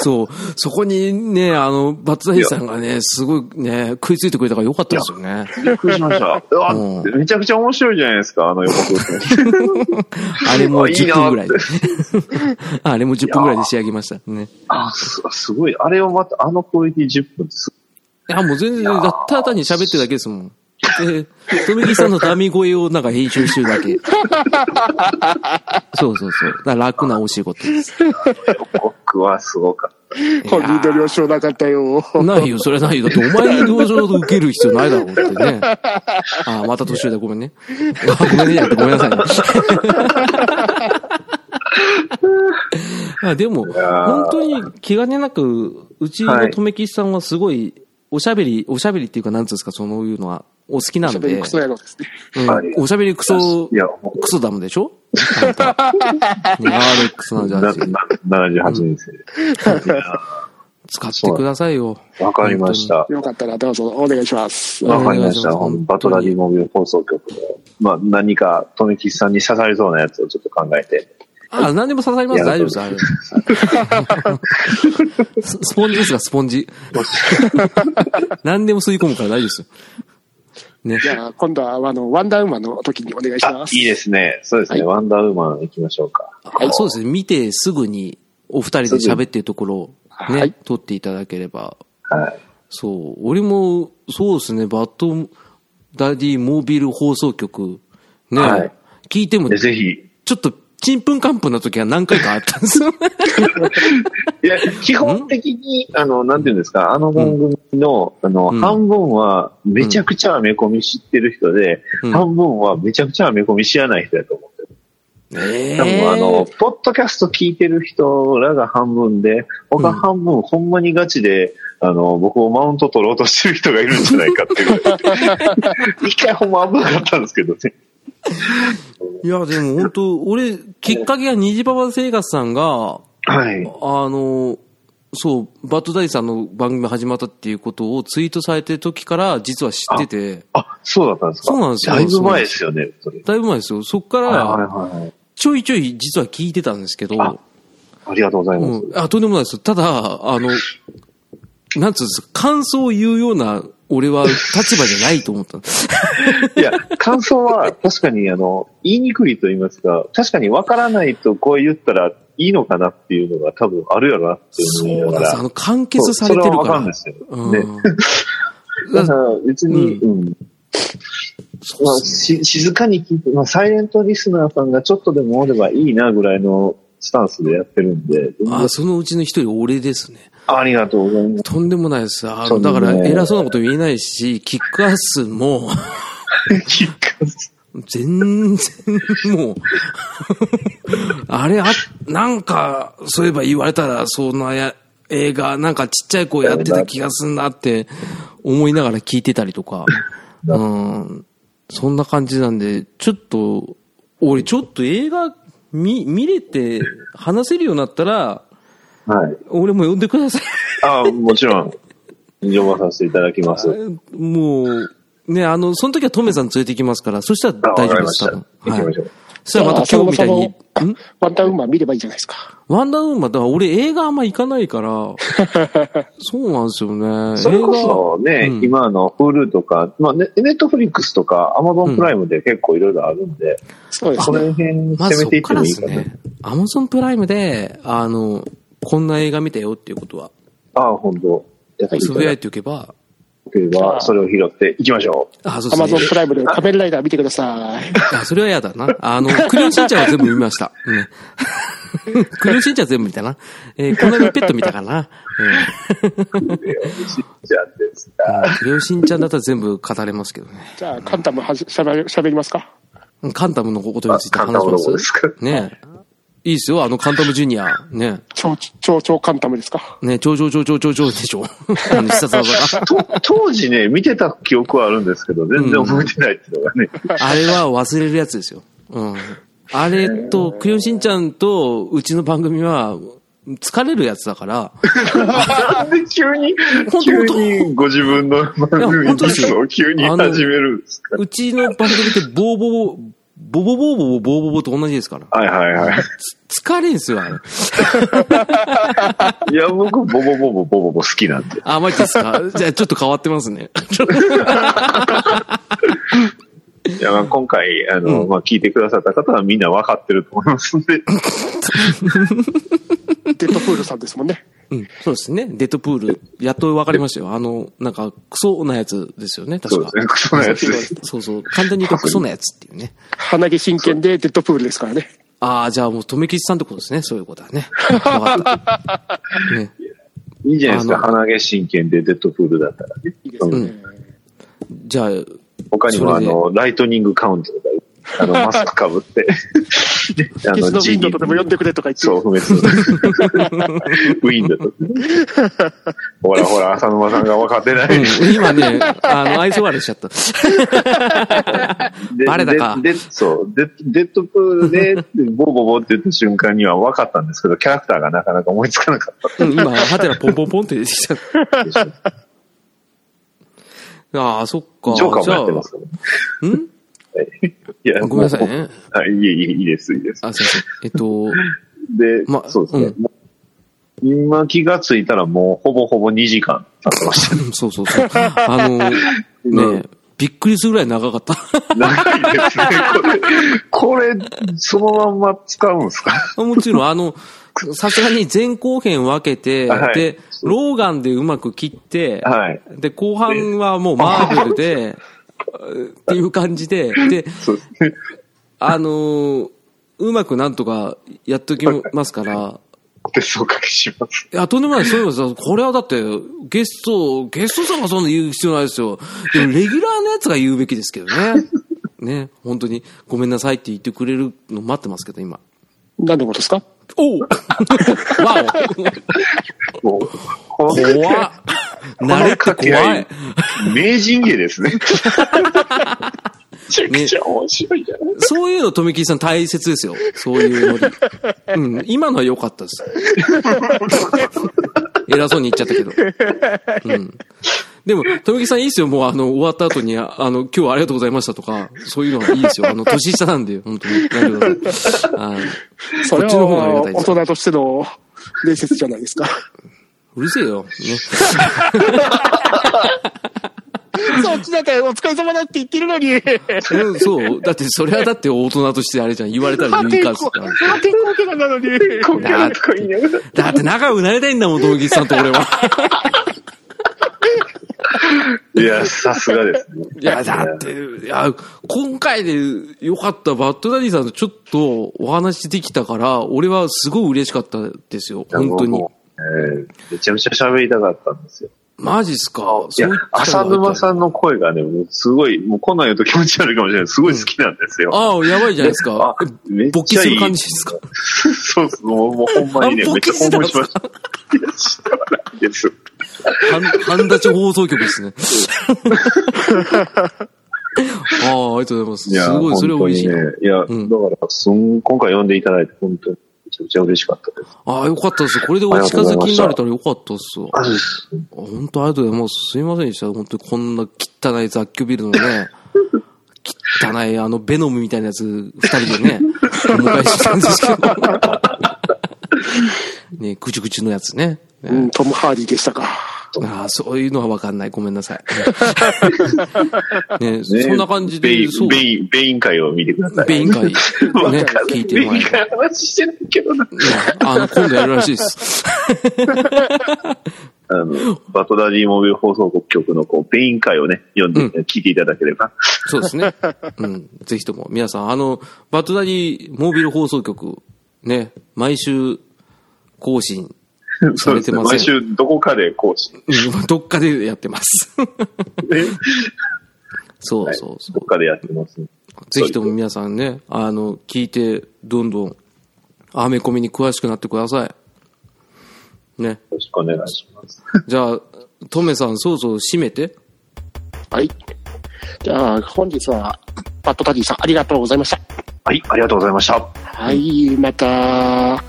そう、そこにね、あの、バッツダイさんがね、すごいね、食いついてくれたからよかったですよね。
びっくりしま [laughs] した。うわ
うん
めちゃくちゃ面白いじゃないですか、あの予告。
あれも
あいい
10
な
分ぐらいで。 [laughs] あれも10分ぐらいで仕上げました。ね。
あす、すごい。あれをまた、あのクオリティ10分です。
いや、もう全然、だっただ単に喋ってるだけですもん。で、とめきさんのダミ声をなんか編集してる [laughs] だけ。そうそうそう。だから楽なお仕事です。
僕はすごかっ
本人の了承なかったよ。
ないよ、それないよ。だってお前に同情を受ける必要ないだろうって
[laughs]
ね。ああ、また年上だ、ごめんね。あごめんね、やってごめんなさいね。 [laughs] あでも、
やー
本当に気兼ねなく、うちのとめきさんはすごい、おしゃべり、おしゃべりっていうか、なんつうんですか、そういうのは、お好きなん
喋り
で
ク。ソ野郎ですね。
うんおしゃべりク
た。
ソ
い、や、も
クソダムでしょあんたねアーレックスなん
う、
じゃ
な
なくて、
な78人生。
使ってくださいよ。
わかりました。
よかったらどうぞお願いします。
わかりました。
お願いします
バトラディモビル放送局で、まあ、何か、とめきさんに刺されそうなやつをちょっと考えて。
あ、何でも刺さります。
いや
大丈夫ですあれ。ススポンジですが、スポンジ。何でも吸い込むから大丈夫ですよ。ね。
じゃあ、今度は、あの、ワンダーウーマンの時にお願いし
あ
ま、す。
いいですね。そうですね。ワンダーウーマン行きましょうか。
あそうですね。見てすぐにお二人で喋ってるところをね、
はい
撮っていただければ。
はい。
そう。俺も、そうですね。バッドダディモービル放送局。ね。
はい
聞いても、
で
ち
ぜひ。
ょっと、ちんぷんかんぷんな時は何回かあったんですよ。
いや、基本的に、あの、なんていうんですか、あの番組の、あの、
うん
半分はめちゃくちゃアメコミ知ってる人で、
うん
半分はめちゃくちゃアメコミ知らない人だと思ってる。
え
多分あの、ポッドキャスト聞いてる人らが半分で、
う
他
ん
半分ほんまにガチで、あの、僕をマウント取ろうとしてる人がいるんじゃないかっていう。
[laughs]
一回ほんま危なかったんですけどね。
いや、でも本当、俺、きっかけが虹パパ生活さんが、
はい。
あの、そう、バッドダイさんの番組始まったっていうことをツイートされてる時から実は知ってて、
あ、そうだったんですか
そうなんですよ
だいぶ前ですよね、それ。
だいぶ前ですよ。そっか
はいは
ら、
いはい。
ちょいちょい実は聞いてたんですけど、
あありがとうございます。
うん、あ、とんでもないですよ。ただ、あの、なんつうんですか、感想を言うような俺は立場じゃないと思ったの。
いや、感想は確かにあの、言いにくいと言いますか、確かにわからないとこう言ったらいいのかなっていうのが多分あるやろなって思い
そ
な
うなん
が
です。
ら
あ。の、完
そう
結されてる
それはわ
か。
からるんですよ。
うん
ね。だから別に、
う
うん。
そう
まあ、
です
し
ね
静かに聞いて、まあ、サイレントリスナーさんがちょっとでもおればいいなぐらいのスタンスでやってるんで、
あそのうちの一人俺ですね。
ありがとうございます。
とんでもないです。あ
そう
の、だから
もう
偉そうなこと言えないし、キックアスも、
キッカス
全然もう、あれあ、なんか、そういえば言われたら、そんなや映画、なんかちっちゃい子やってた気がすんなって思いながら聞いてたりとか、うん、そんな感じなんで、ちょっと、俺ちょっと映画見、見れて話せるようになったら、
はい。
俺も呼んでください。 [laughs]
あもちろん、読まさせていただきます。
もう、ね、あの、その時はトメさん連れて行きますから、そしたら
あ、わ
大
か
丈夫
りますした。行。き
で、多分は
ましょう。
そしたらまた今日みたいに、
あ
ん
ワンタンウーマン見ればいいじゃないですか。
ワンダーウーマン、だから俺映画あんま行かな
[laughs]
いから、そうなんですよね。
それこそね、
うん
今あの Hulu とか、まあ、ネネットフリックスとか Amazon プライムで結構いろいろあるんで、
そうです
そ
ね。
の辺
映画まあ
攻
そ
め
って
いっ
か
て
ら
も
で
いい
す
かな。
ね。アマゾンプライムで、あの、こんな映画見たよっていうことは、
ああ、本当やってい
つ
た
ぶや
だ
いておけば、
ければ、それを拾っていきましょう。
あ、そう
アマゾ
で
ン
す
プ
ね。
ライムで仮面ライダー見てください。
[laughs] あ、それは嫌だな。
[laughs]
あの、クレヨンしんちゃんは全部見ました。うん、クレヨンしんちゃんは全部見たな。えー、こんなにペット見たかな。
じゃあですか。
えー、クレヨンしんちゃんだったら全部語れますけどね。
じゃあ、カンタムはじしゃべしゃべりますか。
カンタムのことについて話し
あカンタム
ま
のことです
す
か
ねえいいですよ、あのカンタムジュニア。ね
超、超、超カンタムです [laughs] か。
えねえ超超超超超超でしょ。あの必殺技が。
と当時ね、見てた記憶はあるんですけど、全然覚えてないっていうのがね。
あれは忘れるやつですよ。うん。あれと、クレヨンしんちゃんと、うちの番組は、疲れるやつだから、
なんで急に
当、
急にご自分の番
いや
組
本当です
に
よ
を急に始めるんですか
うちの番組ってボーボーボー、ボボボーボーボーボーボーボーと同じですから。
はいはいはい。
つ疲れんすよ、あれ。
いや、僕、ボボボボボボボ好きなんで。
あ、マジですかじゃあちょっと変わってますね。
いや、まあ今回、あの、
うん
まあ、聞いてくださった方はみんな分かってると思いますんで。
デッドプールさんですもんね。
うん、そうですね。デッドプール、やっと分かりましたよ。あの、なんか、クソなやつですよね、
そ
確
う
か
です。ね。クソなやつです。
そうそう。簡単に言うとクソなやつっていうね。
鼻毛真剣でデッドプールですからね。
ああ、じゃあもう、留吉さんってことですね。そういうことはね。分かった。ね。
いいじゃないですか。
あの
鼻毛真剣でデッドプールだったらね。
いいですよ
う
ね。
ん
じゃあ、
他にも、
そ
あ
れで
の、ライトニングカウントとか、あの、マスクかぶって。あ
消しのウィンドウとでも呼んでくれとか言って。
そう、不滅。ウィンドウ。ほらほら、浅沼さんが分かってない。
うん、今ね、あの、愛想悪いしちゃった。
で
バレたか
ででそうで、デッドプールで、ボボボって言った瞬間には分かったんですけど、キャラクターがなかなか思いつかなかった。
うん、今、ハテナポンポンポンって出てきちゃった。ああ、そっか。
ジョーカーもやってますからね。
じゃあん
[laughs] いや
ごめんなさいね。
あいえいえ、いいです、いいです。
あ、すいません。えっと、
で、
ま
そうですね。
う
もう今気がついたらもうほぼほぼ2時間経ってま
[laughs]
したね。
うんそうそうそう。あの、ねえ、びっくりするぐらい長かった。 [laughs]
長いですね、これ。これ、そのまんま使うんですか [laughs]
もちろん、あの、さすがに前後編分けて、
はい
で、ローガンでうまく切って、
はい
で、後半はもうマーベル
[laughs]
で、っていう感じで、で、
そうですね。
あのーうまくなんとかやっときますから、
手数をおかけします。
いや、とんでもない。そういえばさ、これはだって、ゲスト、ゲストさんがそんな言う必要ないですよ。でも、レギュラーのやつが言うべきですけど [laughs] ね。ね、本当に、ごめんなさいって言ってくれるの待ってますけど、今。
何のことですか
おう [laughs] わ
もうこの
お怖っ慣れって [laughs] 怖い。
名人芸です
[laughs]
ね。めちゃくちゃ面白いじゃない、
そういうの、富木さん大切ですよ。そういうのに。うん、今のは良かったです。偉そうに言っちゃったけど。うん。でも、富木さんいいですよ。もう、あの、終わった後に、ああの、今日はありがとうございましたとか、そういうのはいいですよ。あの、年下なんで、本当に。やめてください。あの
そ
こ
れ
っちの方があり
は
がたいで
大
す。
人としての伝説じゃないですか。
うるせえよ。ね。
[laughs] そっちだからお疲れ様だって言ってるのに。
うんそう。だって、それはだって大人としてあれじゃん。言われたら
破
言い
天荒
返
[laughs]
すから。、
破天荒キャラなのに。
こんなとこ言いながら。
だって仲良くなりたいんだもん、道義さんと俺は。
いや、さすがですね。
いや、だって、いや、今回で良かったバッドダディさんとちょっとお話できたから、俺はすごい嬉しかったですよ、本当に。
もう。えーめちゃめちゃ喋りたかったんですよ。
マジっすかそ
いや
ういった、
浅沼
ん。
さんの声がね、もうすごい、もうこんなん言うと気持ち悪いかもしれない。すごい好きなんですよ。
ああ、やばいじゃないです
あ
か。
めっ
勃起
ちゃ
す
い
る
い。
感じですか
そうそう、もうもうほんまにね、め
あ
っ
勃
ち
起
ゃ興
してたん
奮し
ですか
ました。いや、知らないです。
半半立ち放送局で
[laughs]
すね。ああ、ありがとうござい
い
ます。
や、
すごい、それは
本当
嬉し
に
い
ね。。いや、だ
ん
から、すん、今回呼んでいただいて、本当にめちゃくちゃ嬉しかったです。
ああ、よかったです。これでお近づきになれたらよかったっすわ。
あそうです。
本当ありがとうございます。すいませんでした。本当にこんな汚い雑居ビルの
[laughs]
ね、汚いあのベノムみたいなやつ二人でね、お迎えしたんです
[laughs]
けど。ね、ぐちゅぐちゅのやつね。ね
うん、トム・ハーディでしたか。
ああ、そういうのはわかんない。ごめんなさい。
[laughs]
ねそ
ね
んな感じ
ベイ
で、そう。
ベイ、ベイン会を見てください。
ベイン会、ね、
[laughs] わかんない
聞いてもらえ
ベイン会の話してないけどな。
あの、今度やるらしいです。
あの、バトダディモビル放送局のこう、ベイン会をね、読んで、聞いていただければ。
そうで
[laughs]
すね。うん。ぜひとも、皆さん、あの、バッドダディモービル放送局、ね、毎週更新、
そうですね。
されてません
毎週どこかで講師。
うん [laughs] どっかでやってます。
ね
[laughs] そうそうそ
ど
う。
っかでやってます、
ぜひとも皆さんね、あの、聞いて、どんどん、アメコミに詳しくなってください。ね。
よろしくお願いします。
じゃあ、トメさん、そうそう、締めて。
はい。じゃあ、本日は、バットタディさん、ありがとうございました。
はい、ありがとうございました。
はい、また、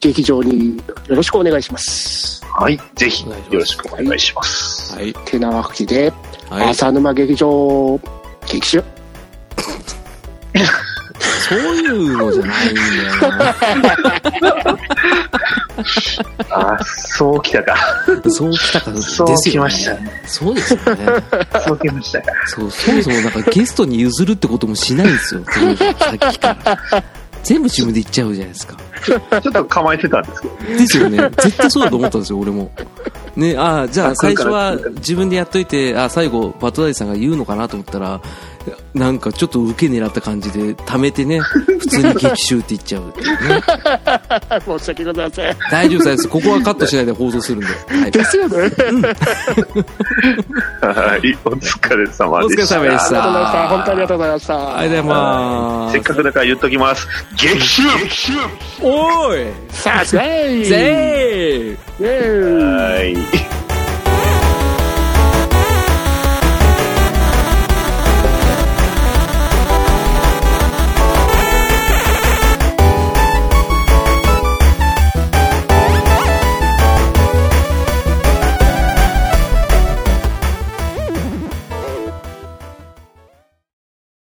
劇場によろしくお願いします。
はい、ぜひ
お
よ
願いしま
ろ
す
しくお願いします。
はい。
てなわけで、
はい。
浅沼劇場、劇中。
そういうのじゃないんだよ
[laughs]
な。
あ、そうきたか。 [laughs]
そうきたかです
そ
よ、
う
ね。
きましたね。
そうですよね。
そうきましたか。
そう、そもそもなんかゲストに譲るってこともしないんです [laughs] よ、トムさんさっきから。全部自分で言っちゃうじゃないですか。
ちょっと構えてたんですけど。
ですよね。絶対そうだと思ったんですよ、俺も。ね、ああ、じゃあ
あ来
最
るか
初
ら
は
来るから
自分でやっといて、あ最後、バトダイさんが言うのかなと思ったら、なんかちょっと受け狙った感じで、溜めてね、普通に劇中って言っちゃうっていうね。
申し訳ございません。
大丈夫です。ここはカットしないで放送するんで。はい
ですよね。
はい、お疲れ様でした。
お疲れ様でし
ありがとうございました。
[laughs] さあ
本当にありがとうございました。
ありがとうございま
せっ
す。
かくだから言っときます。激臭
おーい
さあ、せーい
ぜーい
イェーイ
はい。